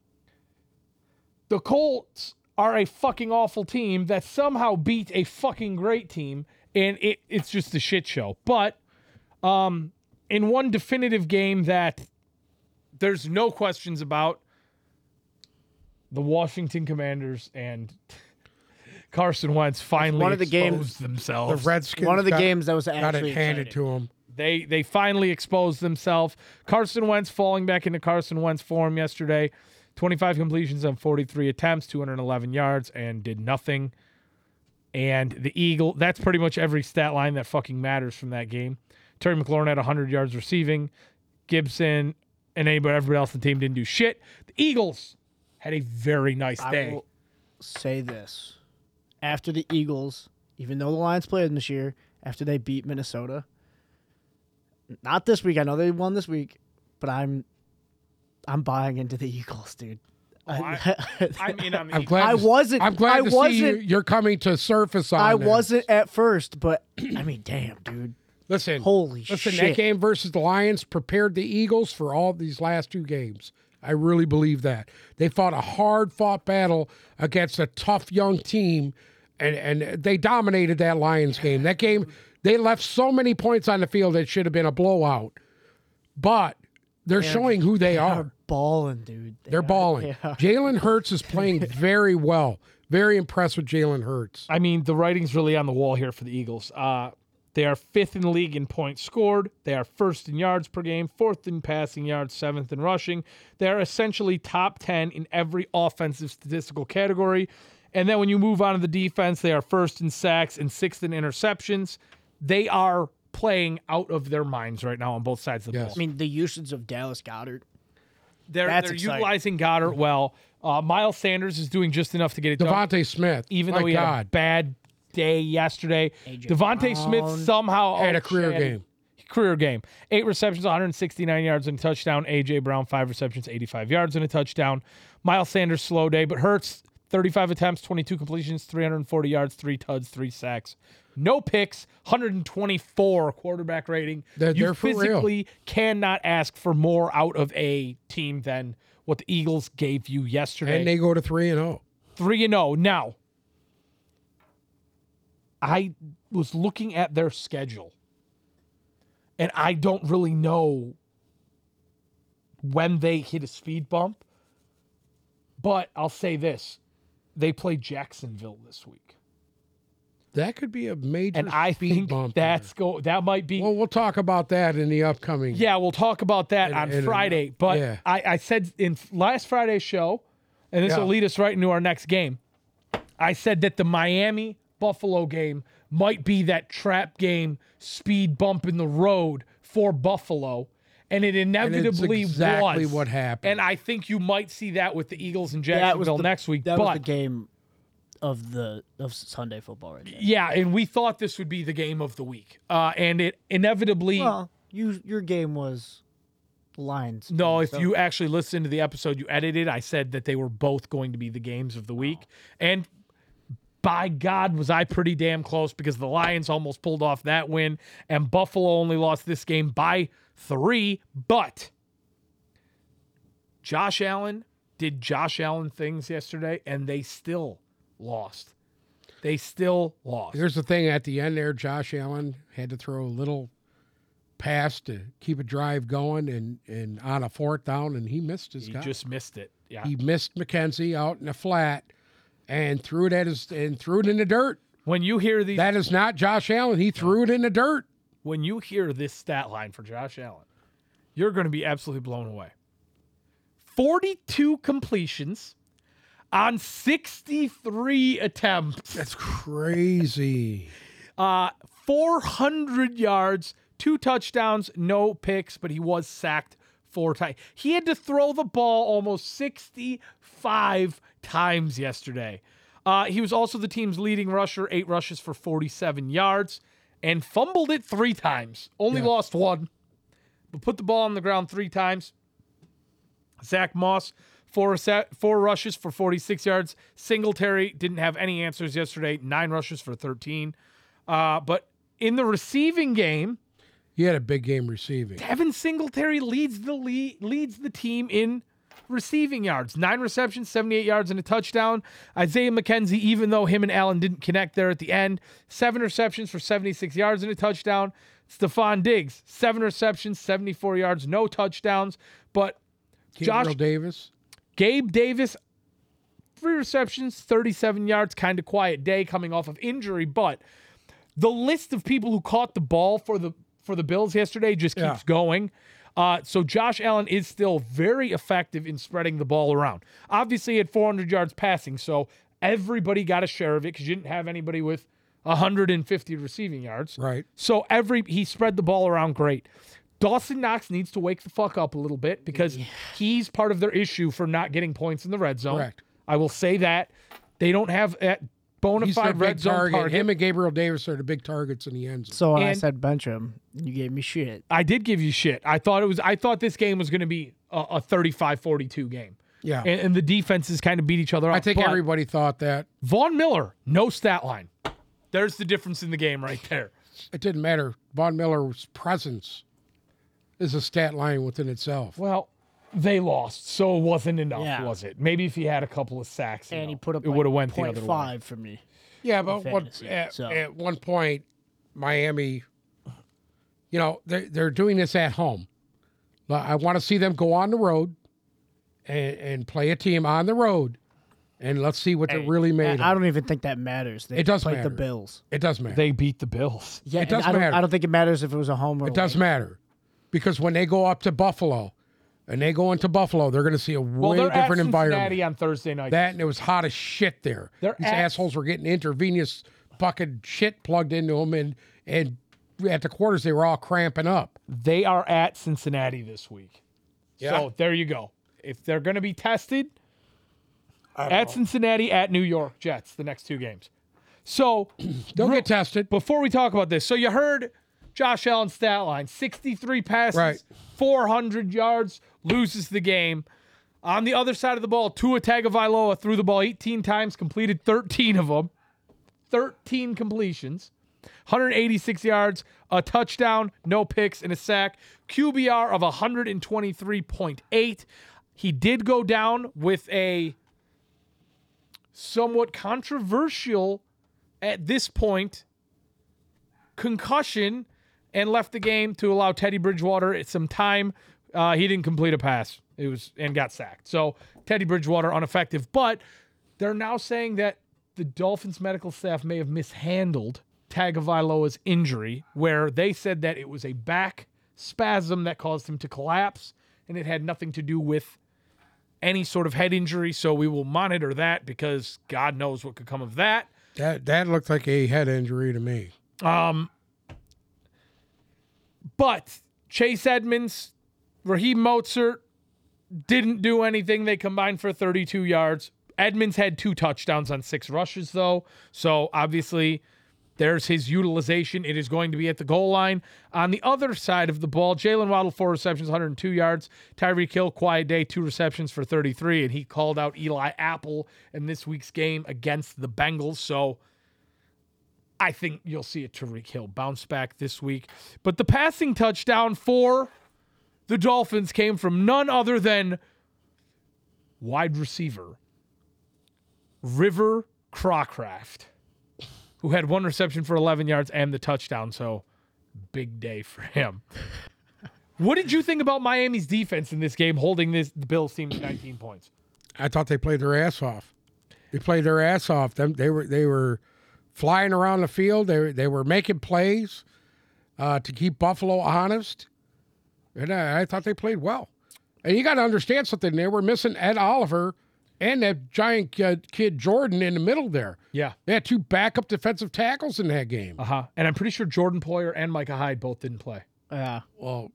The Colts are a fucking awful team that somehow beat a fucking great team and it it's just a shit show. But um in one definitive game that there's no questions about the Washington Commanders and Carson Wentz finally
one of the games-
exposed themselves
The Redskins.
One of the
got,
games that was
got
actually
it handed
exciting.
to him.
they they finally exposed themselves. Carson Wentz falling back into Carson Wentz form yesterday. 25 completions on 43 attempts, 211 yards, and did nothing. And the Eagle, that's pretty much every stat line that fucking matters from that game. Terry McLaurin had 100 yards receiving. Gibson and anybody, everybody else on the team didn't do shit. The Eagles had a very nice
I
day.
will
Say this. After the Eagles, even though the Lions played them this year, after they beat Minnesota, not this week. I know they won this week, but I'm I'm buying into the Eagles, dude. Oh, I,
I'm in on the
I'm
Eagles.
glad.
I
to s-
wasn't-
I'm glad
I
to see you,
wasn't-
you're coming to surface on.
I
this.
wasn't at first, but I mean, damn, dude.
Listen.
Holy
Listen.
shit.
That game versus the Lions prepared the Eagles for all these last two games. I really believe that they fought a hard-fought battle against a tough young team, and and they dominated that Lions game. That game, they left so many points on the field it should have been a blowout, but they're showing who they are.
They're balling, dude. They
They're
are-
balling. Jalen Hurts is playing very well. Very impressed with Jalen Hurts.
I mean, the writing's really on the wall here for the Eagles. Uh, they are fifth in the league in points scored. They are first in yards per game, fourth in passing yards, seventh in rushing. They are essentially top 10 in every offensive statistical category. And then when you move on to the defense, they are first in sacks and sixth in interceptions. They are playing out of their minds right now on both sides of the
Yes.
ball.
I mean, the usage of Dallas Goddard.
they're
that's
they're
exciting.
utilizing Goddard well. Uh, Miles Sanders is doing just enough to get it done
Devontae Smith.
even
my
though he had a
God.
bad day yesterday. Devontae Smith somehow
Had a career
outshaded-
game.
Career game. Eight receptions, 169 yards and a touchdown. AJ Brown, five receptions, 85 yards and a touchdown. Miles Sanders, slow day, but Hurts, 35 attempts, 22 completions, 340 yards, three tuds, three sacks. No picks, 124 quarterback rating.
They're-
you
they're for real.
physically cannot ask for more out of a team than what the Eagles gave you yesterday
And they go to 3 and oh. 0.
three and zero now. I was looking at their schedule, and I don't really know when they hit a speed bump. But I'll say this: they play Jacksonville this week,
That could be a major
and I
speed
think
bump.
that's go. That might be
Well, we'll talk about that in the upcoming.
Yeah, we'll talk about that on
in a-
uh,
Friday. but
yeah.
I, I said in last Friday's show, and this
Yeah.
will lead us right into our next game. I said that the Miami Buffalo game might be that trap game speed bump in the road for Buffalo. And it inevitably
exactly
was.
what happened.
And I think you might see that with the Eagles and
That was
Jacksonville
the-
next week.
That
but
was the game of the of Sunday football right there.
yeah, and we thought this would be the game of the week. Uh, and it inevitably
Well, you your game was Lions.
No, if you actually listened to the episode you edited, I said that they were both going to be the games of the week. And by God, was I pretty damn close because the Lions almost pulled off that win and Buffalo only lost this game by three. But Josh Allen did Josh Allen things yesterday and they still lost. They still lost.
Here's the thing at the end there, Josh Allen had to throw a little pass to keep a drive going and, and on a fourth down, and he missed his
He
guy.
just missed it. Yeah.
he missed McKenzie out in the flat and threw it at his and threw it in the dirt.
When you hear these
That is not Josh Allen. He threw it in the dirt.
when you hear this stat line for Josh Allen, you're going to be absolutely blown away. 42 completions on 63 attempts,
That's crazy.
uh, 400 yards, two touchdowns, no picks, but he was sacked four times. He had to throw the ball almost 65 times yesterday. Uh, he was also the team's leading rusher, eight rushes for 47 yards, and fumbled it three times. Only lost one but put the ball on the ground three times. Zach Moss, four, sa- four rushes for 46 yards. Singletary didn't have any answers yesterday, nine rushes for 13. Uh, but in the receiving game,
He had a big game receiving.
Devin Singletary leads the lead, leads the team in receiving yards. Nine receptions, 78 yards, and a touchdown. Isaiah McKenzie, even though him and Allen didn't connect there at the end, seven receptions for 76 yards and a touchdown. Stephon Diggs, seven receptions, 74 yards, no touchdowns. But
Gabriel
Josh-
Davis.
Gabe Davis, three receptions, 37 yards, kind of quiet day coming off of injury, but the list of people who caught the ball for the for the Bills yesterday just keeps
Yeah.
going. Uh, so Josh Allen is still very effective in spreading the ball around. Obviously, he had 400 yards passing, so everybody got a share of it because you didn't have anybody with 150 receiving yards.
Right.
So every he spread the ball around great. Dawson Knox needs to wake the fuck up a little bit because he's part of their issue for not getting points in the red zone.
Correct.
I will say that they don't have that bona
He's their
fide
big
red zone
target.
target.
Him and Gabriel Davis are the big targets in the end zone.
So when I
And-
said bench him, you gave me shit.
I did give you shit. I thought it was. I thought this game was going to be a, a 35-42 game,
Yeah.
and, and the defenses kind of beat each other up.
I think
but
everybody thought that.
Vaughn Miller, no stat line. There's the difference in the game right there.
It didn't matter. Von Miller's presence is a stat line within itself.
Well, they lost, so it wasn't enough,
Yeah.
was it? Maybe if he had a couple of sacks, you
And he
know,
put up
it
like
would have went the
point
other way.
five for me.
Yeah, but what,
fantasy,
at,
so-
at one point, Miami, you know, they're, they're doing this at home. But I want to see them go on the road and, and play a team on the road, and let's see what they're really made
And
of.
I don't even think that matters. They
It does
played
matter.
the Bills.
it doesn't matter.
They beat the Bills.
Yeah,
It does
I don't,
matter.
I don't think it matters if it was a home or
it doesn't matter. Because when they go up to Buffalo and they go into Buffalo, they're going to see a
Well,
way
they're at
different environment.
Cincinnati on Thursday night.
That and it was hot as shit there.
They're
These
at-
assholes were getting intravenous fucking shit plugged into them, and and at the quarters they were all cramping up.
they are at Cincinnati this week.
Yeah.
So there you go. If they're going to be tested, at Cincinnati, at New York Jets, the next two games. So
Don't get tested.
before we talk about this, so you heard Josh Allen's stat line 63 passes,
Right.
400 yards, loses the game. On the other side of the ball, Tua Tagovailoa threw the ball 18 times, completed 13 of them, 13 completions, 186 yards, a touchdown, no picks, and a sack. QBR of 123.8. He did go down with a somewhat controversial at this point concussion and left the game to allow Teddy Bridgewater some time. Uh, he didn't complete a pass. It was and got sacked. So Teddy Bridgewater ineffective. But they're now saying that the Dolphins medical staff may have mishandled Tagovailoa's injury, where they said that it was a back spasm that caused him to collapse, and it had nothing to do with any sort of head injury. So we will monitor that because God knows what could come of that.
That that looked like a head injury to me.
But Chase Edmonds, Raheem Mozart didn't do anything. They combined for 32 yards. Edmonds had two touchdowns on six rushes, though. So obviously, there's his utilization. It is going to be at the goal line. On the other side of the ball, Jalen Waddle, four receptions, 102 yards. Tyreek Hill, quiet day, two receptions for 33. And he called out Eli Apple in this week's game against the Bengals. So I think you'll see a Tariq Hill bounce back this week. But the passing touchdown for the Dolphins came from none other than wide receiver River Crawcraft, who had one reception for 11 yards and the touchdown. So big day for him. What did you think about Miami's defense in this game, holding this the Bills team to 19 points?
I thought they played their ass off. They played their ass off. Them they were they were flying around the field. They were- they were making plays uh, to keep Buffalo honest, and I, I thought they played well. And you got to understand something. They were missing Ed Oliver and that giant kid, kid Jordan in the middle there.
Yeah.
They had two backup defensive tackles in that game.
Uh huh. And I'm pretty sure Jordan Poyer and Micah Hyde both didn't play.
Yeah.
Well,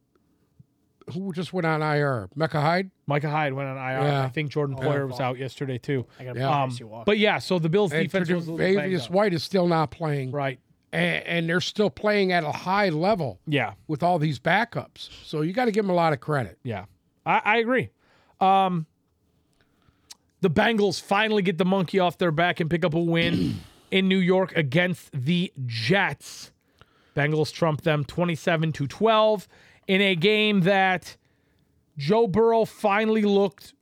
who just went on IR? Mecca Hyde.
Micah Hyde went on IR.
Yeah.
I think Jordan Poyer was out yesterday too.
I got to
Yeah.
Um, but yeah, so the Bills
And
defense was a little banged
Tre'Davious
up.
White is still not playing,
right.
and, and they're still playing at a high level.
Yeah,
with all these backups. So you got to give them a lot of credit.
yeah, I, I agree. Um, the Bengals finally get the monkey off their back and pick up a win in New York against the Jets. Bengals trump them 27 to 12 in a game that Joe Burrow finally looked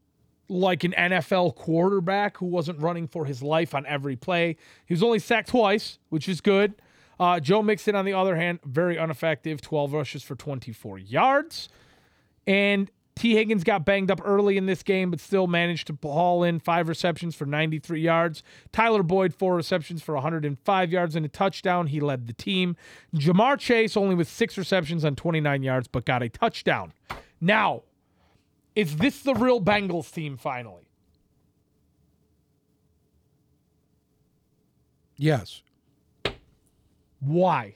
like an NFL quarterback who wasn't running for his life on every play. He was only sacked twice, which is good. Uh, Joe Mixon, on the other hand, very ineffective, 12 rushes for 24 yards. And T. Higgins got banged up early in this game, but still managed to haul in five receptions for 93 yards. Tyler Boyd, four receptions for 105 yards and a touchdown. He led the team. Jamar Chase, only with six receptions on 29 yards, but got a touchdown. Now, is this the real Bengals team finally?
Yes.
Why?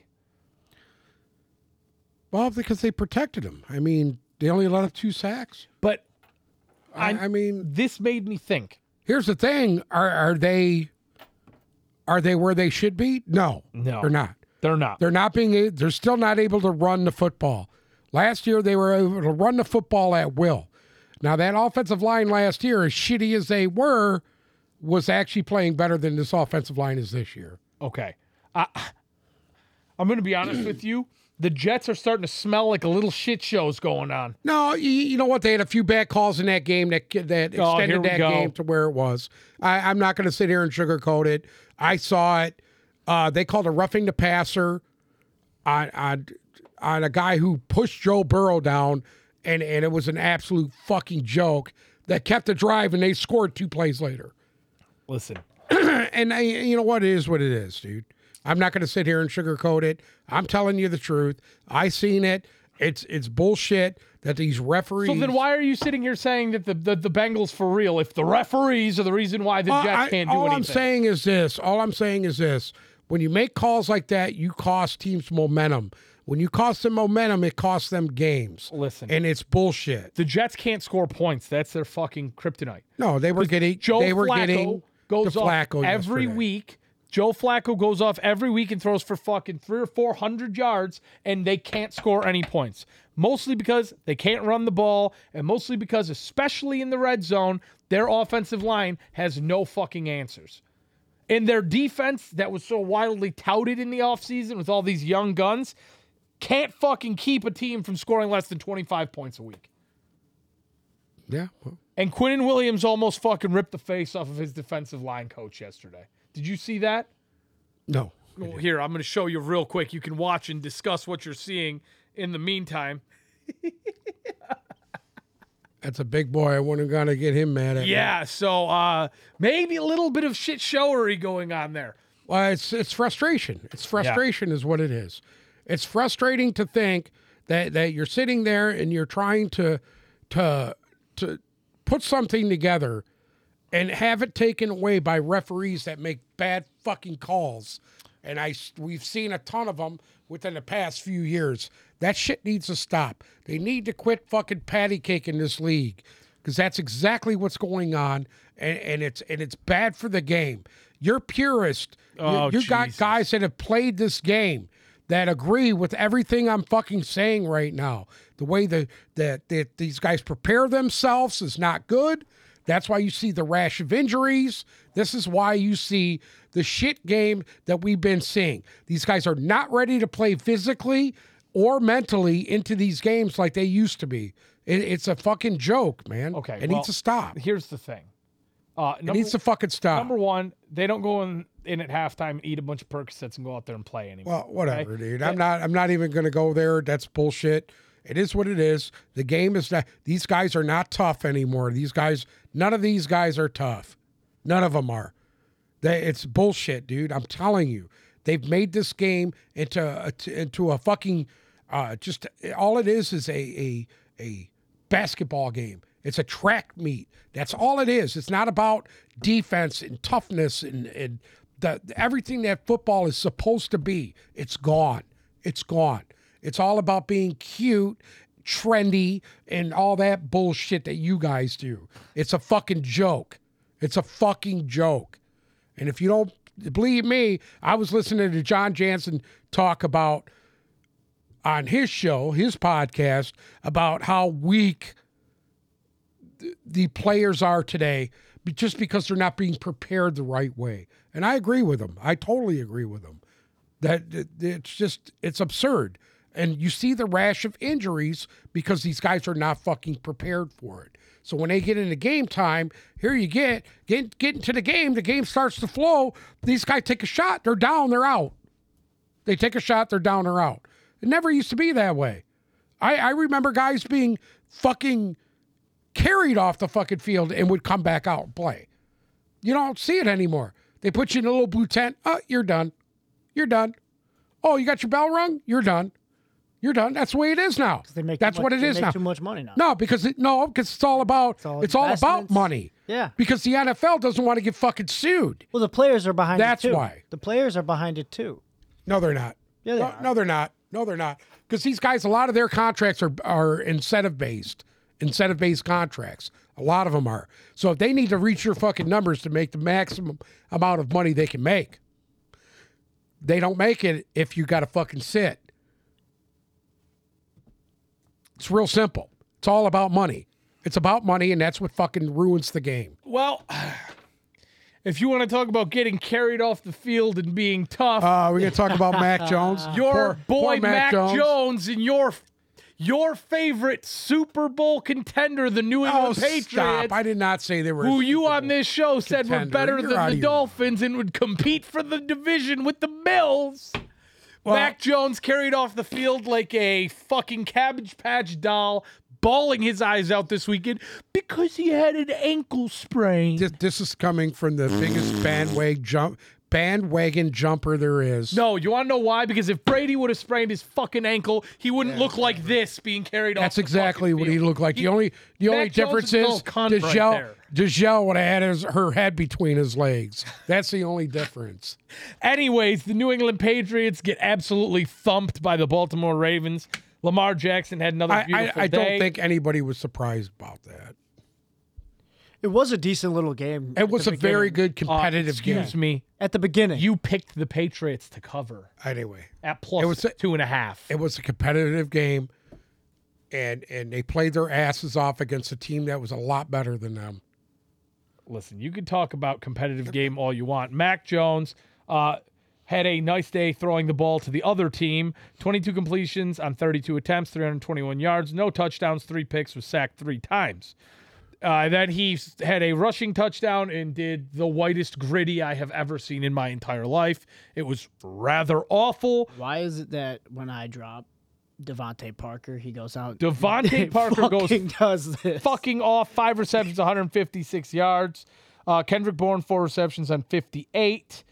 Well, because they protected him. I mean, they only let up two sacks.
But
I,
I'm-
I mean,
this made me think.
here's the thing: are are they are they where they should be? No,
No.
they're not.
They're not.
They're not being. a- They're still not able to run the football. Last year, they were able to run the football at will. Now that offensive line last year, as shitty as they were, was actually playing better than this offensive line is this year.
Okay. I, I'm going to be honest with you. The Jets are starting to smell like a little shit show's going on.
No, you, you know what? They had a few bad calls in that game that that
Oh, here
extended
we
that
go.
game to where it was. I, I'm not going to sit here and sugarcoat it. I saw it. Uh, they called a roughing the passer on on on a guy who pushed Joe Burrow down, and and it was an absolute fucking joke that kept the drive, and they scored two plays later.
Listen,
And I, you know what? It is what it is, dude. I'm not going to sit here and sugarcoat it. I'm telling you the truth. I seen it. It's it's bullshit that these referees.
So then, why are you sitting here saying that the, the, the Bengals for real? If the referees are the reason why the
Well,
Jets
I-
can't do
all
anything,
I'm saying is this. All I'm saying is this. When you make calls like that, you cost teams momentum. When you cost them momentum, it costs them games.
Listen.
And it's bullshit.
the Jets can't score points. That's their fucking kryptonite.
No, they were getting
Joe
they were
Flacco
getting
goes
to
off
Flacco
every
yesterday.
week. Joe Flacco goes off every week and throws for fucking three or four hundred yards, and they can't score any points. Mostly because they can't run the ball, and mostly because, especially in the red zone, their offensive line has no fucking answers. And their defense, that was so wildly touted in the offseason with all these young guns, can't fucking keep a team from scoring less than 25 points a week.
Yeah. well,
And Quinnen Williams almost fucking ripped the face off of his defensive line coach yesterday. Did you see that?
no.
Well, here, I'm going to show you real quick. You can watch and discuss what you're seeing in the meantime.
That's a big boy. I wouldn't have got to get him mad at me.
Yeah, so uh, maybe a little bit of shit showery going on there.
Well, it's it's frustration. It's frustration is what it is. It's frustrating to think that that you're sitting there and you're trying to to to put something together and have it taken away by referees that make bad fucking calls. And I s- we've seen a ton of them within the past few years. That shit needs to stop. They need to quit fucking patty cake in this league because that's exactly what's going on, and, and it's and it's bad for the game. You're purist. You-
Oh,
you, got
Jesus.
guys that have played this game that agree with everything I'm fucking saying right now. The way that that that these guys prepare themselves is not good. That's why you see the rash of injuries. This is why you see the shit game that we've been seeing. These guys are not ready to play physically or mentally into these games like they used to be. It, it's a fucking joke, man.
Okay,
it
well,
needs to stop. It
Here's the thing. Uh, number,
needs to fucking stop.
number one, they don't go in, in at halftime and eat a bunch of Percocets and go out there and play anymore.
Well, whatever, dude. I'm not. I'm not even going to go there. That's bullshit. It is what it is. The game is not. These guys are not tough anymore. These guys. None of these guys are tough. None of them are. They, it's bullshit, dude. I'm telling you. They've made this game into a, into a fucking uh, just all it is is a a a basketball game. It's a track meet. That's all it is. It's not about defense and toughness and and the, everything that football is supposed to be. It's gone. It's gone. It's all about being cute, trendy, and all that bullshit that you guys do. It's a fucking joke. It's a fucking joke. And if you don't believe me, I was listening to John Jansen talk about on his show, his podcast, about how weak th- the players are today be- just because they're not being prepared the right way. And I agree with him. I totally agree with him. That that- it's just it's absurd. And you see the rash of injuries because these guys are not fucking prepared for it. So when they get into game time, here you get get get into the game. The game starts to flow. These guys take a shot. They're down. They're out. They take a shot, they're down or out. It never used to be that way. I, I remember guys being fucking carried off the fucking field and would come back out and play. You don't see it anymore. They put you in a little blue tent. Oh, you're done. You're done. Oh, you got your bell rung? You're done. You're done. That's the way it is now.
They make too
That's
much-
what it
they
is
make
now.
Too much money now.
No, because it, no, because it's all about it's all,
all
about
investments.
money.
Yeah.
Because the NFL doesn't want to get fucking sued.
Well, the players are behind.
That's
it too.
why.
the players are behind it too.
No, they're not.
Yeah, they
no,
are.
no, they're not. No, they're not. Because these guys, a lot of their contracts are are incentive based, incentive based contracts. A lot of them are. So if they need to reach your fucking numbers to make the maximum amount of money they can make, they don't make it if you got to fucking sit. It's real simple. It's all about money. It's about money, and that's what fucking ruins the game.
Well, if you want to talk about getting carried off the field and being tough,
Uh, we're gonna talk about Mac Jones.
your
Poor-
boy
poor
Mac Jones. and your your favorite Super Bowl contender, the New
Oh,
England Patriots,
stop! I did not say they were.
who you on this show said were
contender.
better
You're out
than
of
the
your-
Dolphins and would compete for the division with the Bills. Mac Jones carried off the field like a fucking cabbage patch doll, bawling his eyes out this weekend because he had an ankle sprain.
This, this is coming from the biggest bandwagon jump bandwagon jumper there is.
No, you want to know why? Because if Brady would have sprained his fucking ankle, he wouldn't look like this being carried off.
That's
the
exactly
fucking
what he
field.
looked like. The only the only
Mac Jones
difference
is a little
is
cunt right
Dejelle
there.
Dejelle would have had his, her head between his legs. That's the only difference.
Anyways, the New England Patriots get absolutely thumped by the Baltimore Ravens. Lamar Jackson had another
I, I,
beautiful
I
day.
don't think anybody was surprised about that.
It was a decent little game.
It was a very good
Uh,
competitive game.
excuse me.
at the beginning.
You picked the Patriots to cover
Anyway,
at plus
It was a-
two and a half.
it was a competitive game, and and they played their asses off against a team that was a lot better than them.
Listen, you can talk about competitive game all you want. Mac Jones uh, had a nice day throwing the ball to the other team. 22 completions on 32 attempts, 321 yards, no touchdowns, three picks, was sacked three times. Uh, then he s- had a rushing touchdown and did the whitest gritty I have ever seen in my entire life. It was rather awful.
Why is it that when I drop Devonte Parker, he goes out?
Devontae Parker goes
fucking does this.
fucking off. Five receptions, 156 yards. Uh, Kendrick Bourne, four receptions on 58.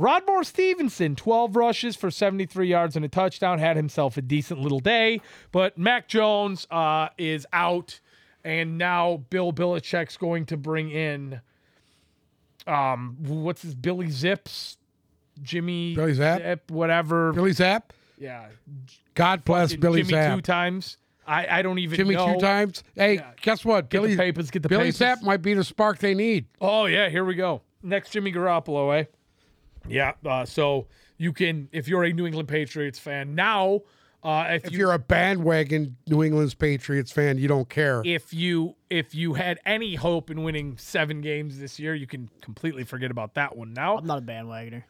Rodmore Stevenson, 12 rushes for 73 yards and a touchdown, had himself a decent little day. But Mac Jones uh, is out, and now Bill Belichick's going to bring in, um, what's his Billy Zips, Jimmy
Billy Zapp?
Zip, whatever.
Billy Zapp,
yeah,
God bless Billy
Jimmy
Zapp.
two times. I, I don't even
Jimmy
know.
two times. Hey, guess what?
Get
Billy
the papers. Get the
Billy
papers.
Zapp might be the spark they need.
Oh yeah, here we go. Next Jimmy Garoppolo, eh? Yeah. Uh, so you can, if you're a New England Patriots fan now, uh, if,
If
you
you're a bandwagon New England's Patriots fan, you don't care.
if you if you had any hope in winning seven games this year, you can completely forget about that one now.
I'm not a bandwagoner.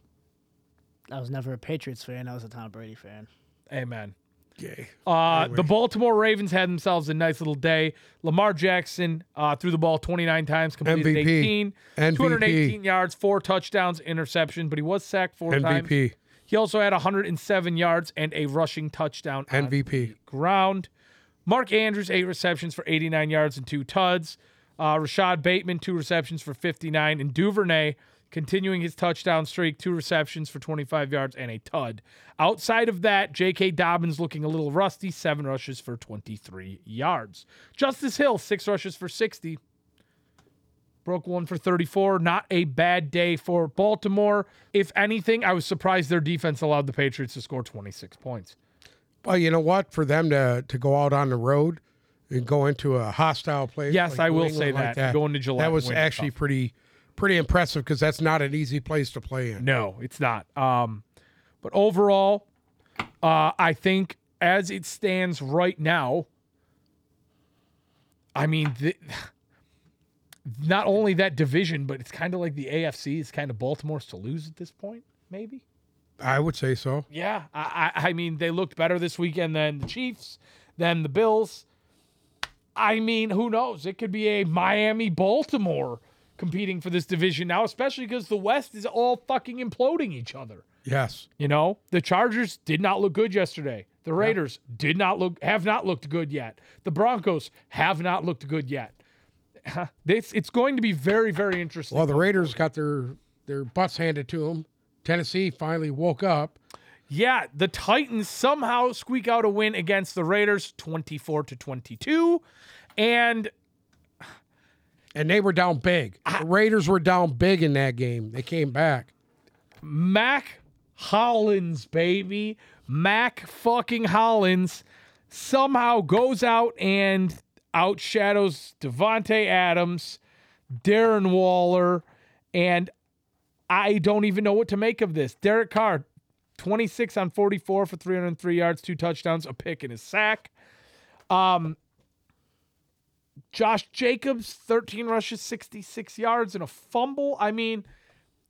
I was never a Patriots fan. I was a Tom Brady fan.
Amen.
Okay.
Uh, the Baltimore Ravens had themselves a nice little day. Lamar Jackson uh, threw the ball 29 times, completed
MVP.
18,
MVP.
218 yards, four touchdowns, interception, but he was sacked four times.
MVP.
He also had 107 yards and a rushing touchdown on
MVP.
ground. Mark Andrews, eight receptions for 89 yards and two tuds. Uh, Rashad Bateman, two receptions for 59. And Duvernay, continuing his touchdown streak, two receptions for 25 yards and a tud. Outside of that, J.K. Dobbins looking a little rusty, seven rushes for 23 yards. Justice Hill, six rushes for 60. Broke one for 34. Not a bad day for Baltimore. If anything, I was surprised their defense allowed the Patriots to score 26 points.
Well, you know what? For them to to go out on the road and go into a hostile place.
Yes,
like
I
New
will
England
say
like
that. Going to Gillette
That was
and winning
actually
tough.
pretty pretty impressive because that's not an easy place to play in.
No, it's not. Um, but overall, uh, I think as it stands right now, I mean, th- not only that division, but it's kind of like the AFC is kind of Baltimore's to lose at this point, maybe.
I would say so.
Yeah, I, I, I mean, they looked better this weekend than the Chiefs, than the Bills. I mean, who knows? It could be a Miami Baltimore competing for this division now, especially because the West is all fucking imploding each other.
Yes.
You know, the Chargers did not look good yesterday. The Raiders did not look have not looked good yet. The Broncos have not looked good yet. It's it's going to be very very interesting.
Well, the Raiders got their their butts handed to them. Tennessee finally woke up.
Yeah, the Titans somehow squeak out a win against the Raiders 24 to 22. And
and they were down big. The Raiders were down big in that game. They came back.
Mac Hollins, baby. Mac fucking Hollins somehow goes out and outshadows Devontae Adams, Darren Waller, and I don't even know what to make of this. Derek Carr, 26 on 44 for 303 yards, two touchdowns, a pick, and a sack. Um, Josh Jacobs, 13 rushes, 66 yards, and a fumble. I mean,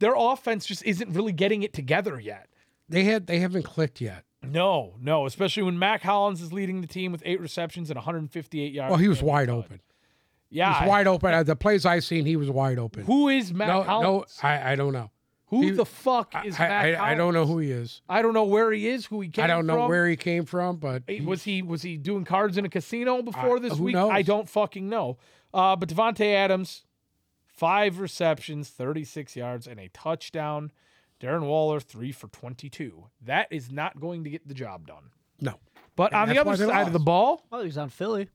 their offense just isn't really getting it together yet.
They had they haven't clicked yet.
No, no, especially when Mac Hollins is leading the team with eight receptions and 158 yards.
Well, he was wide open. He
yeah.
was wide open. Uh, The plays I seen, he was wide open.
Who is Mac
No, no,
Hollins?
I, I don't know.
who
he-
the fuck
I,
is Mac
I, I, I
Hollins?
don't know who he is.
I don't know where he is, who he came
I don't know
from.
where he came from, but
Hey, Was he was he doing cards in a casino before this
who
week?
knows?
I don't fucking know. Uh, but Devontae Adams, five receptions, 36 yards, and a touchdown. Darren Waller, three for 22. That is not going to get the job done.
no.
But on the
that's why
other
they
side of the
lost.
ball,
Well, he was on Philly.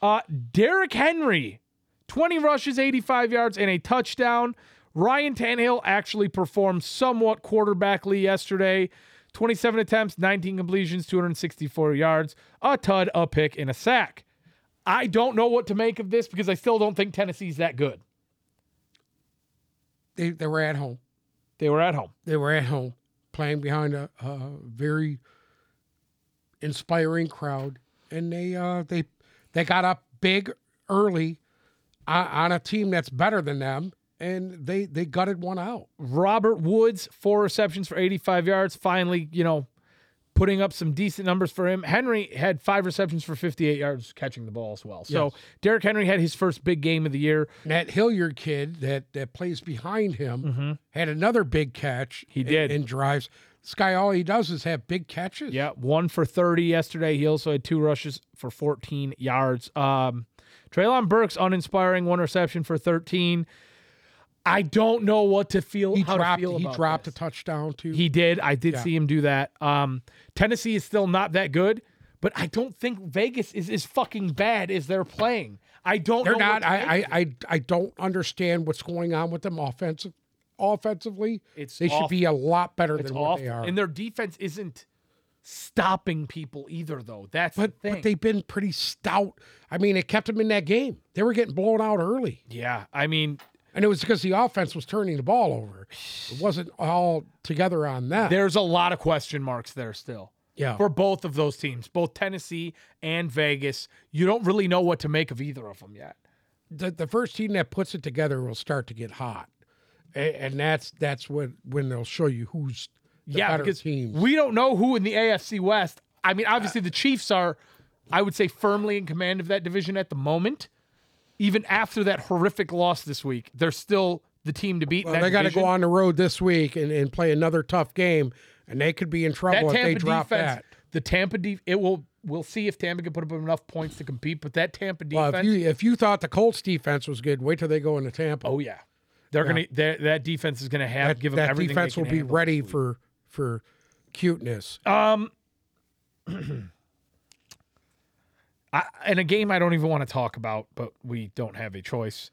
uh, Derrick Henry, 20 rushes, 85 yards, and a touchdown. Ryan Tannehill actually performed somewhat quarterbackly yesterday. 27 attempts, 19 completions, 264 yards, a tud, a pick, and a sack. I don't know what to make of this because I still don't think Tennessee's that good.
They, they were at home.
They were at home.
They were at home playing behind a, a very inspiring crowd, and they uh, they they got up big early on, on a team that's better than them, and they they gutted one out.
Robert Woods, four receptions for 85 yards. Finally, you know, putting up some decent numbers for him. Henry had five receptions for 58 yards catching the ball as well. So Derrick Henry had his first big game of the year.
And that Hilliard kid that that plays behind him had another big catch.
Mm-hmm. He did.
and, and drives. This guy, all he does is have big catches.
Yeah, one for 30 yesterday. He also had two rushes for 14 yards. Um, Traylon Burks, uninspiring, one reception for 13. I don't know what to feel.
he
how to
dropped.
feel
He
about
dropped
this.
a touchdown too.
He did. I did see him do that. Um, Tennessee is still not that good, but I don't think Vegas is as fucking bad as they're playing. I don't.
They're
know
not.
what to make
I, I I I don't understand what's going on with them offensive, offensively.
It's
they should
awful.
be a lot better
It's
than what
awful.
they are.
And their defense isn't stopping people either, though. That's
but
the thing.
but they've been pretty stout. I mean, it kept them in that game. They were getting blown out early,
yeah, I mean,
and it was because the offense was turning the ball over. It wasn't all together on that.
there's a lot of question marks there still
yeah,
for both of those teams, both Tennessee and Vegas. You don't really know what to make of either of them yet.
the, the first team that puts it together will start to get hot, and, and that's that's when when they'll show you who's the
yeah,
better
because
team.
we don't know who in the AFC West. I mean, obviously the Chiefs are, I would say, firmly in command of that division at the moment. Even after that horrific loss this week, they're still the team to beat. in
Well,
that
they got to
division.
go on the road this week and, and play another tough game, and they could be in trouble if they drop that.
The Tampa defense. It will. We'll see if Tampa can put up enough points to compete. But that Tampa defense.
Well, if you if you thought the Colts defense was good, wait till they go into Tampa.
oh yeah, they're gonna. That that defense is gonna have
that
give them
that
everything.
defense
they
will
can
be
handle.
ready for for cuteness.
Um. I, in a game I don't even want to talk about, but we don't have a choice.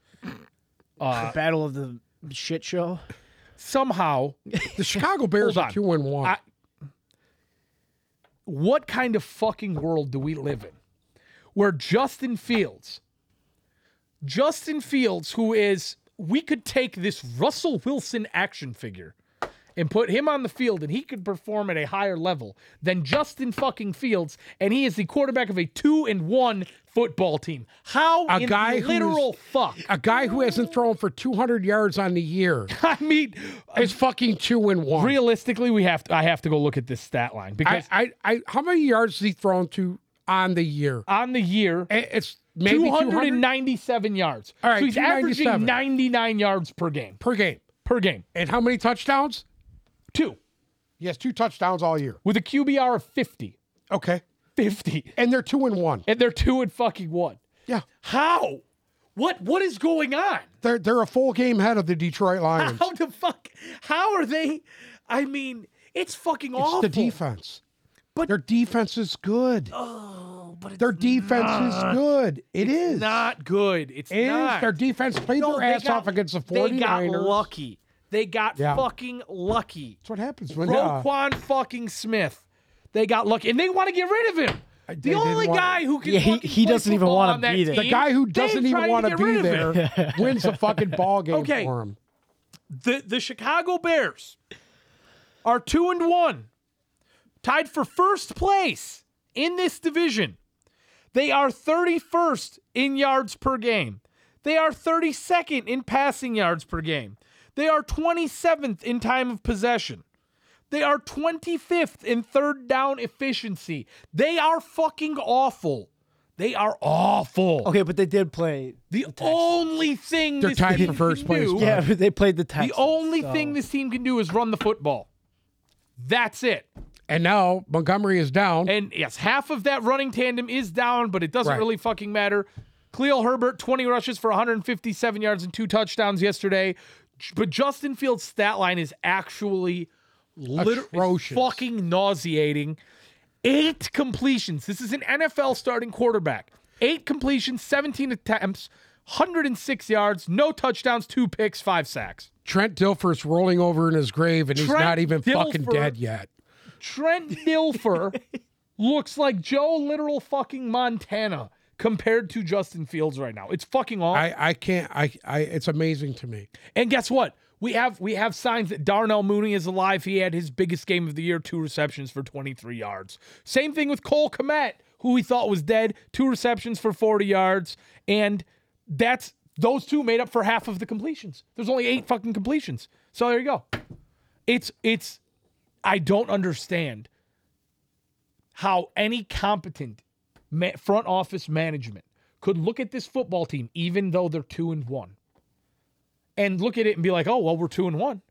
Uh,
the battle of the shit show.
Somehow,
The Chicago Bears
Hold
are
on.
two and one.
I- what kind of fucking world do we live in where Justin Fields, Justin Fields, who is, we could take this Russell Wilson action figure and put him on the field and he could perform at a higher level than Justin fucking Fields, and he is the quarterback of a two and one football team. How in the
guy who is-
literal fuck?
a guy who hasn't thrown for 200 yards on the year
I mean,
is fucking two and one.
realistically, we have to. I have to go look at this stat line
I,
because
I, I, how many yards has he thrown to on the year?
on the year,
I- It's maybe 200
297 yards.
All right,
so he's averaging
297.
99 yards per game.
per game.
Per game.
And how many touchdowns?
Two.
He has two touchdowns all year.
With a QBR of 50.
Okay.
50.
And they're two and one.
And they're two and fucking one.
Yeah.
How? What what is going on?
They're they're a full game head of the Detroit Lions.
How the fuck how are they? I mean, it's fucking
It's
awful.
the defense. But their defense is good. Oh, but their defense is good. It is.
Not good. It's
It is.
not.
Their defense played
No,
their
they
ass
got-
off against the 49ers.
They got lucky. They got
Yeah.
fucking lucky.
That's what happens when uh,
Roquan fucking Smith. They got lucky, and they want to get rid of him.
I- they
The
didn't
only
want-
guy who can
Yeah, he-
fucking
he
play
doesn't even
football
wanna
on that
be there.
team,
the guy who
they
doesn't even
tried
want to
get rid
be
of him.
there wins the fucking ball game
Okay.
for him.
The the Chicago Bears are two and one, tied for first place in this division. They are 31st in yards per game. They are 32nd in passing yards per game. They are 27th in time of possession. They are 25th in third down efficiency. They are fucking awful. They are awful.
Okay, but they did play.
The, only thing
They're
this
tied
team
for first
can
place,
do-
Yeah, but they played the
the
Texans.
only
so-
thing this team can do is run the football. That's it.
And now Montgomery is down.
And yes, half of that running tandem is down, but it doesn't
Right.
really fucking matter. Cleo Herbert, 20 rushes for 157 yards and two touchdowns yesterday. J- But Justin Fields' stat line is actually literally
Atrocious.
fucking nauseating. Eight completions. This is an NFL starting quarterback. Eight completions, 17 attempts, 106 yards, no touchdowns, two picks, five sacks.
Trent Dilfer's rolling over in his grave, and he's
Trent
not even fucking
Dilfer-
dead yet.
Trent Dilfer looks like Joe literal fucking Montana compared to Justin Fields right now. It's fucking awful.
I, I can't. I, I. It's amazing to me.
And guess what? We have we have signs that Darnell Mooney is alive. He had his biggest game of the year, two receptions for 23 yards. Same thing with Cole Komet, who we thought was dead, two receptions for 40 yards. And that's those two made up for half of the completions. There's only eight fucking completions. So there you go. It's it's I don't understand how any competent ma- front office management could look at this football team, even though they're two and one, and look at it and be like, "Oh, well, we're two and one."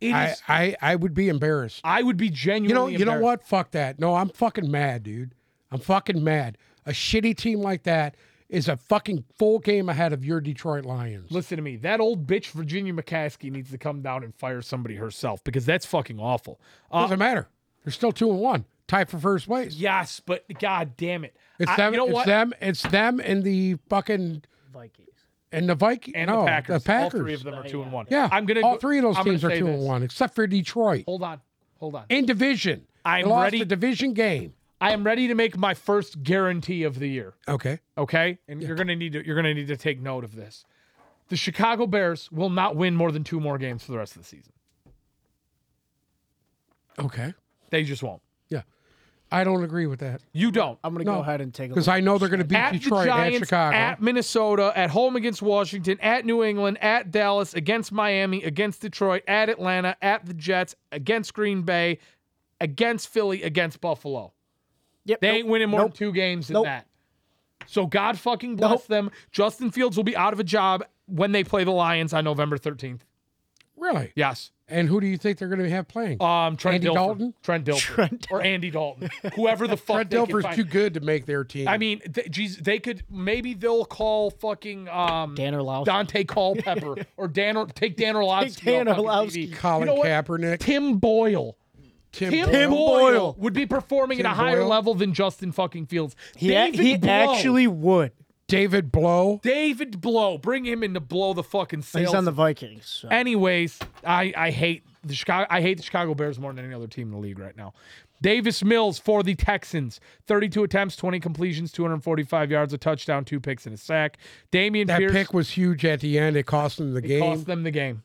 It is.
I,
I,
I, I would be embarrassed.
would be genuinely.
You know. You know
embarrassed.
what? Fuck that. No, I'm fucking mad, dude. I'm fucking mad. A shitty team like that is a fucking full game ahead of your Detroit Lions.
Listen to me. That old bitch Virginia McCaskey needs to come down and fire somebody herself because that's fucking awful. Uh,
Doesn't matter. They're still two and one, tied for first place.
yes, but god damn it,
It's
I-
them.
you know
it's
what?
them. It's them and the fucking
Vikings.
and the Vikings.
and
no,
the Packers.
The Packers.
All three of them are two and one.
Yeah,
I'm gonna.
All
go-
three of those
I'm gonna
teams are
say
two and
this.
one, except for Detroit
Hold on, hold on.
in division.
I'm
they lost
ready-
the division game.
I am ready to make my first guarantee of the year.
Okay.
okay? And you're gonna need to you're gonna need to take note of this. The Chicago Bears will not win more than two more games for the rest of the season.
Okay.
They just won't.
Yeah, I don't agree with that
You don't.
I'm gonna
No,
go ahead and take a
because
look.
I know they're going to beat
At
Detroit
the Giants,
at Chicago.
at Minnesota, at home against Washington, at New England, at Dallas, against Miami, against Detroit, at Atlanta, at the Jets, against Green Bay, against Philly, against Buffalo.
Yep,
They
nope.
ain't winning more
Nope.
than two games than
Nope.
that. So God fucking bless
Nope.
them. Justin Fields will be out of a job when they play the Lions on November 13th.
really?
Yes.
And who do you think they're going to have playing?
Um, Trent
Andy
Dilfer.
Dalton?
Trent Dilfer.
Trent-
Or Andy Dalton. Whoever the fuck
Fred
they can
Dilfer's
find.
too good to make their team.
I mean, th- geez, they could maybe they'll call fucking um,
Dan Orlovsky.
Dante Culpepper or Dan or take Dan Orlovsky.
Dan
off fucking
Orlovsky.
TV.
Colin
you know what?
Kaepernick,
Tim Boyle.
Tim,
Tim,
Boyle.
Boyle,
Boyle.
would be performing at a
Tim
higher
Boyle.
level than Justin fucking Fields.
he, a-
David
he
Blow.
actually would.
David Blow.
David Blow, bring him in to blow the fucking
He's
sales.
on the Vikings. so-
Anyways, I, I hate the Chicago I hate the Chicago Bears more than any other team in the league right now. Davis Mills for the Texans. 32 attempts, 20 completions, 245 yards, a touchdown, two picks, and a sack. Damian
That
Pierce
pick was huge at the end. It cost them the game.
cost them the game.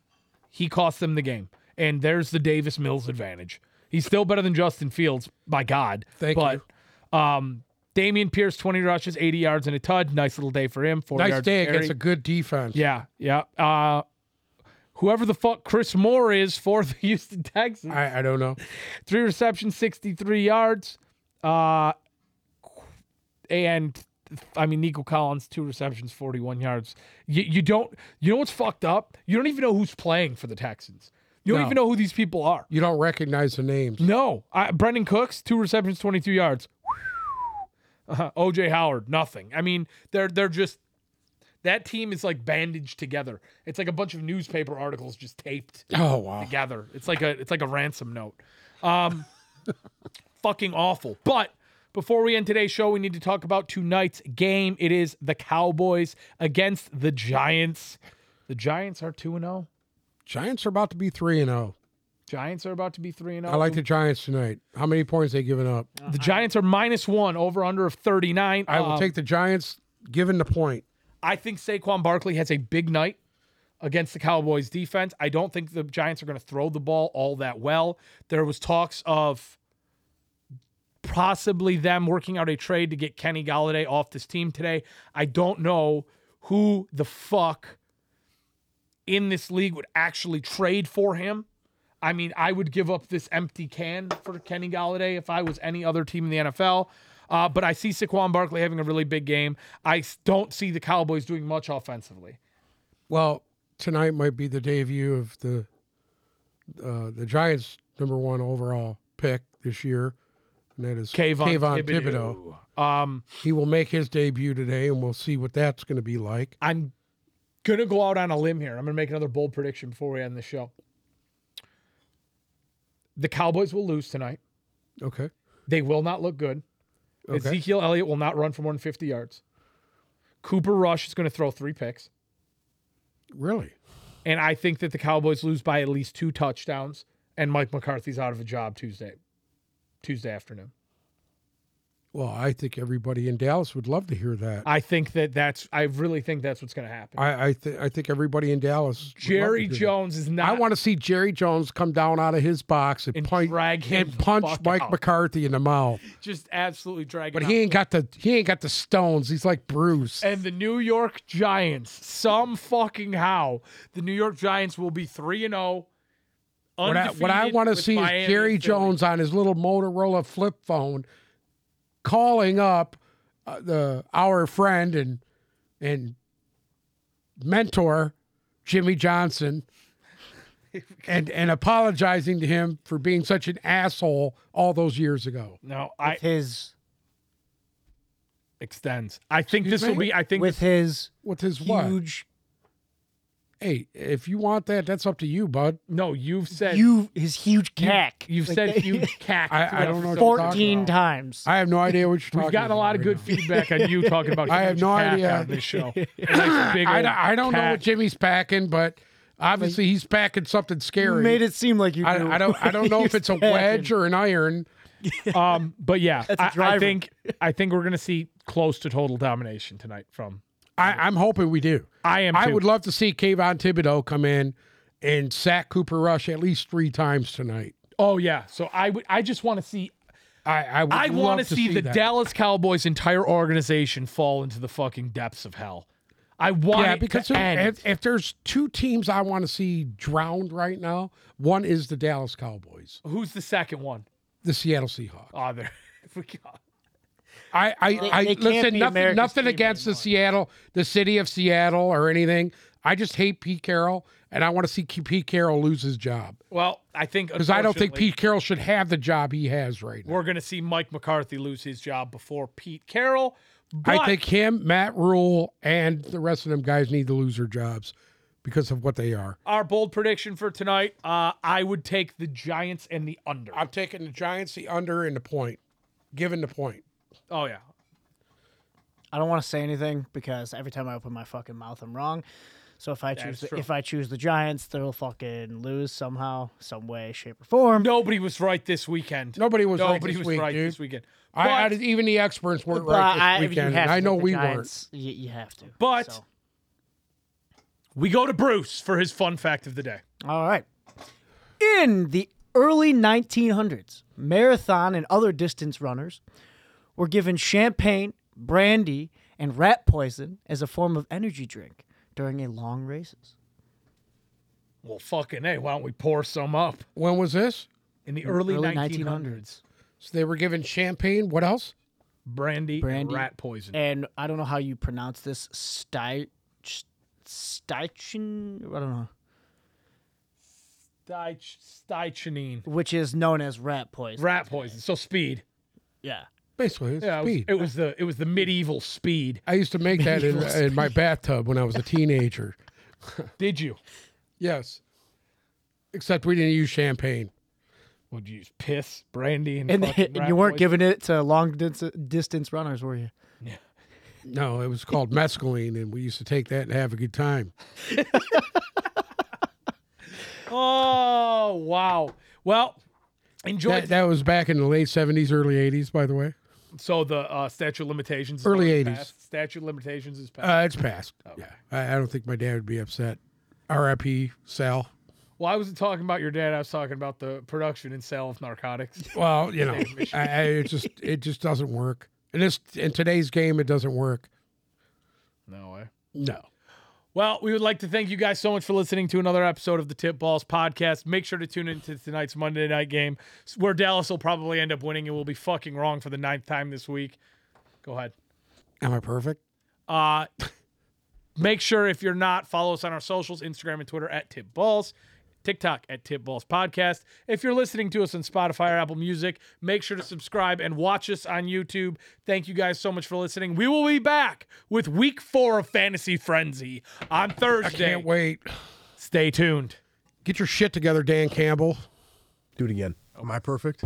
He cost them the game. And there's the Davis Mills advantage. He's still better than Justin Fields, by God.
Thank
but, um Damian Pierce, 20 rushes, 80 yards and a tud. Nice little day for him. Four
Nice
yards
day
carry.
against a good defense.
Yeah, yeah. Uh, whoever the fuck Chris Moore is for the Houston Texans,
I, I don't know.
three receptions, sixty-three yards, uh, and I mean Nico Collins, two receptions, forty-one yards. You, you don't, you know what's fucked up? You don't even know who's playing for the Texans. You don't
No.
even know who these people are.
You don't recognize the names.
No, I, Brendan Cooks, two receptions, twenty-two yards. Uh, OJ Howard, nothing. I mean, they're they're just that team is like bandaged together. It's like a bunch of newspaper articles just taped
Oh wow.
together. It's like a it's like a ransom note. Um, fucking awful. But before we end today's show, we need to talk about tonight's game. It is the Cowboys against the Giants. The Giants are two and zero.
Giants are about to be three and zero.
Giants are about to be three and oh.
I
zero.
like the Giants tonight. How many points they giving up?
The Giants are minus one over under of 39.
I will
Um,
take the Giants given the point.
I think Saquon Barkley has a big night against the Cowboys defense. I don't think the Giants are going to throw the ball all that well. There was talks of possibly them working out a trade to get Kenny Galladay off this team today. I don't know who the fuck in this league would actually trade for him. I mean, I would give up this empty can for Kenny Galladay if I was any other team in the NFL. Uh, but I see Saquon Barkley having a really big game. I s- don't see the Cowboys doing much offensively.
Well, tonight might be the debut of the uh, the Giants' number one overall pick this year, and that is
Kayvon,
Thibodeau.
Thibodeau. Um,
He will make his debut today, and we'll see what that's going to be like.
I'm gonna go out on a limb here. I'm gonna make another bold prediction before we end the show. The Cowboys will lose tonight.
Okay.
They will not look good.
Okay.
Ezekiel Elliott will not run for more than 50 yards. Cooper Rush is going to throw three picks.
Really?
And I think that the Cowboys lose by at least two touchdowns, and Mike McCarthy's out of a job Tuesday, Tuesday afternoon.
Well, I think everybody in Dallas would love to hear that.
I think that that's. I really think that's what's going to happen.
I I, th- I think everybody in Dallas. would love to
Jerry
hear that.
Jones is not.
I want to see Jerry Jones come down out of his box and,
And
punch
drag him
and
the
punch
fuck
Mike
out.
McCarthy in the mouth.
just absolutely drag.
But
it
he
out.
ain't got the he ain't got the stones. He's like Bruce.
and the New York Giants, some fucking how, the New York Giants will be three and oh, zero.
What I, what I want to see is Jerry Jones on his little Motorola flip phone, calling up uh, the our friend and and mentor Jimmy Johnson, and and apologizing to him for being such an asshole all those years ago.
No, I
His
extends. I think
Excuse
this will
me?
be. I think
with his
With his what?
huge
Hey, if you want that, that's up to you,
this-
bud.
no. You've said you,
you his huge cack.
have
Like,
said
they-
huge cack.
I- I
throughout
don't know
the
what you're
show.
talking
fourteen times.
I have no idea what you're talking
We've gotten a
about
lot of
right
good
now.
feedback on you talking about.
I have
huge
no
cack
idea.
on this show. And that's big
I,
old
don't- I don't know
cack.
what Jimmy's packing, but obviously he's packing something scary.
You made it seem like you.
I,
knew.
I don't. I don't know if it's a wedge or an iron.
Um, but yeah,
a
I, I
driver.
think I think we're gonna see close to total domination tonight from.
I, I'm hoping we do.
I am.
I
too.
would love to see Kayvon Thibodeau come in and sack Cooper Rush at least three times tonight.
Oh yeah. So I would. I just want to see
I I, would
I
want to
see, the
that.
Dallas Cowboys entire organization fall into the fucking depths of hell. I want
Yeah,
it
because
to
if,
end.
if, if there's two teams I want to see drowned right now, one is the Dallas Cowboys,
Who's the second one?
the Seattle Seahawks.
Oh, there. we got-
I, I, I
they can't
listen.
be
Nothing,
America's
nothing
team
against the Seattle, the city of Seattle, or anything. I just hate Pete Carroll, and I want to see K- Pete Carroll lose his job
Well, I think
because I don't think
unfortunately,
Pete Carroll should have the job he has right now.
We're gonna see Mike McCarthy lose his job before Pete Carroll. But
I think him, Matt Rule, and the rest of them guys need to lose their jobs because of what they are.
our bold prediction for tonight, uh, I would take the Giants and the under.
I'm taking the Giants, the under, and the point, given the point.
Oh yeah.
I don't want to say anything because every time I open my fucking mouth, I'm wrong. So if I
is
choose the,
true.
if I choose the Giants, they'll fucking lose somehow, some way, shape, or form.
Nobody was right this weekend.
Nobody was right
Nobody
this
was
week,
right
dude.
this weekend.
I, I
But-
didn't- even the experts weren't
But
right
I-
this
if you
weekend.
have
and
to
I know
pick the
we weren't.
Giants, You, you have to.
But-
So,
We go to Bruce for his fun fact of the day.
all right. In the early 1900s, marathon and other distance runners were given champagne, brandy, and rat poison as a form of energy drink during a long races.
Well, fucking hey, why don't we pour some up
When was this?
in the early,
early
1900s?
So they were given champagne. What else?
Brandy, and
Brandy.
rat poison.
and I don't know how you pronounce this Sty Steichen, I don't know,
Steich- Steichenine.
which is known as rat poison.
Rat poison. So speed.
Yeah.
Basically, it's
Yeah, it was,
speed.
it was the it was the medieval speed.
I used to make that in, in my bathtub when I was a teenager.
Did you?
yes. Except we didn't use champagne.
Would you use piss, brandy, and,
And,
fucking
and
rat
you weren't
poison?
giving it to long dis- distance runners, were you?
No, it was called mescaline, and we used to take that and have a good time.
Oh wow. Well, enjoy.
That, that was back in the late 70s, early 80s, by the way.
so the uh, statute of limitations. is
Early
already
80s.
passed. Statute of limitations is passed.
Uh, it's past. Yeah. I, I don't think my dad would be upset. RIP, Sal.
well, I wasn't talking about your dad. I was talking about the production and sale of narcotics.
Well, you know, I, I, it just it just doesn't work. In this in today's game, it doesn't work.
no way.
No.
Well, we would like to thank you guys so much for listening to another episode of the Tip Balls podcast. Make sure to tune in to tonight's Monday night game where Dallas will probably end up winning and we'll be fucking wrong for the ninth time this week. Go ahead.
Am I perfect?
Uh, make sure if you're not, follow us on our socials Instagram and Twitter at Tip Balls, TikTok at Tip Balls Podcast. If you're listening to us on Spotify or Apple Music, make sure to subscribe and watch us on YouTube. Thank you guys so much for listening. We will be back with week four of Fantasy Frenzy on Thursday.
Can't wait.
Stay tuned.
Get your shit together, Dan Campbell.
Do it again. Am I perfect?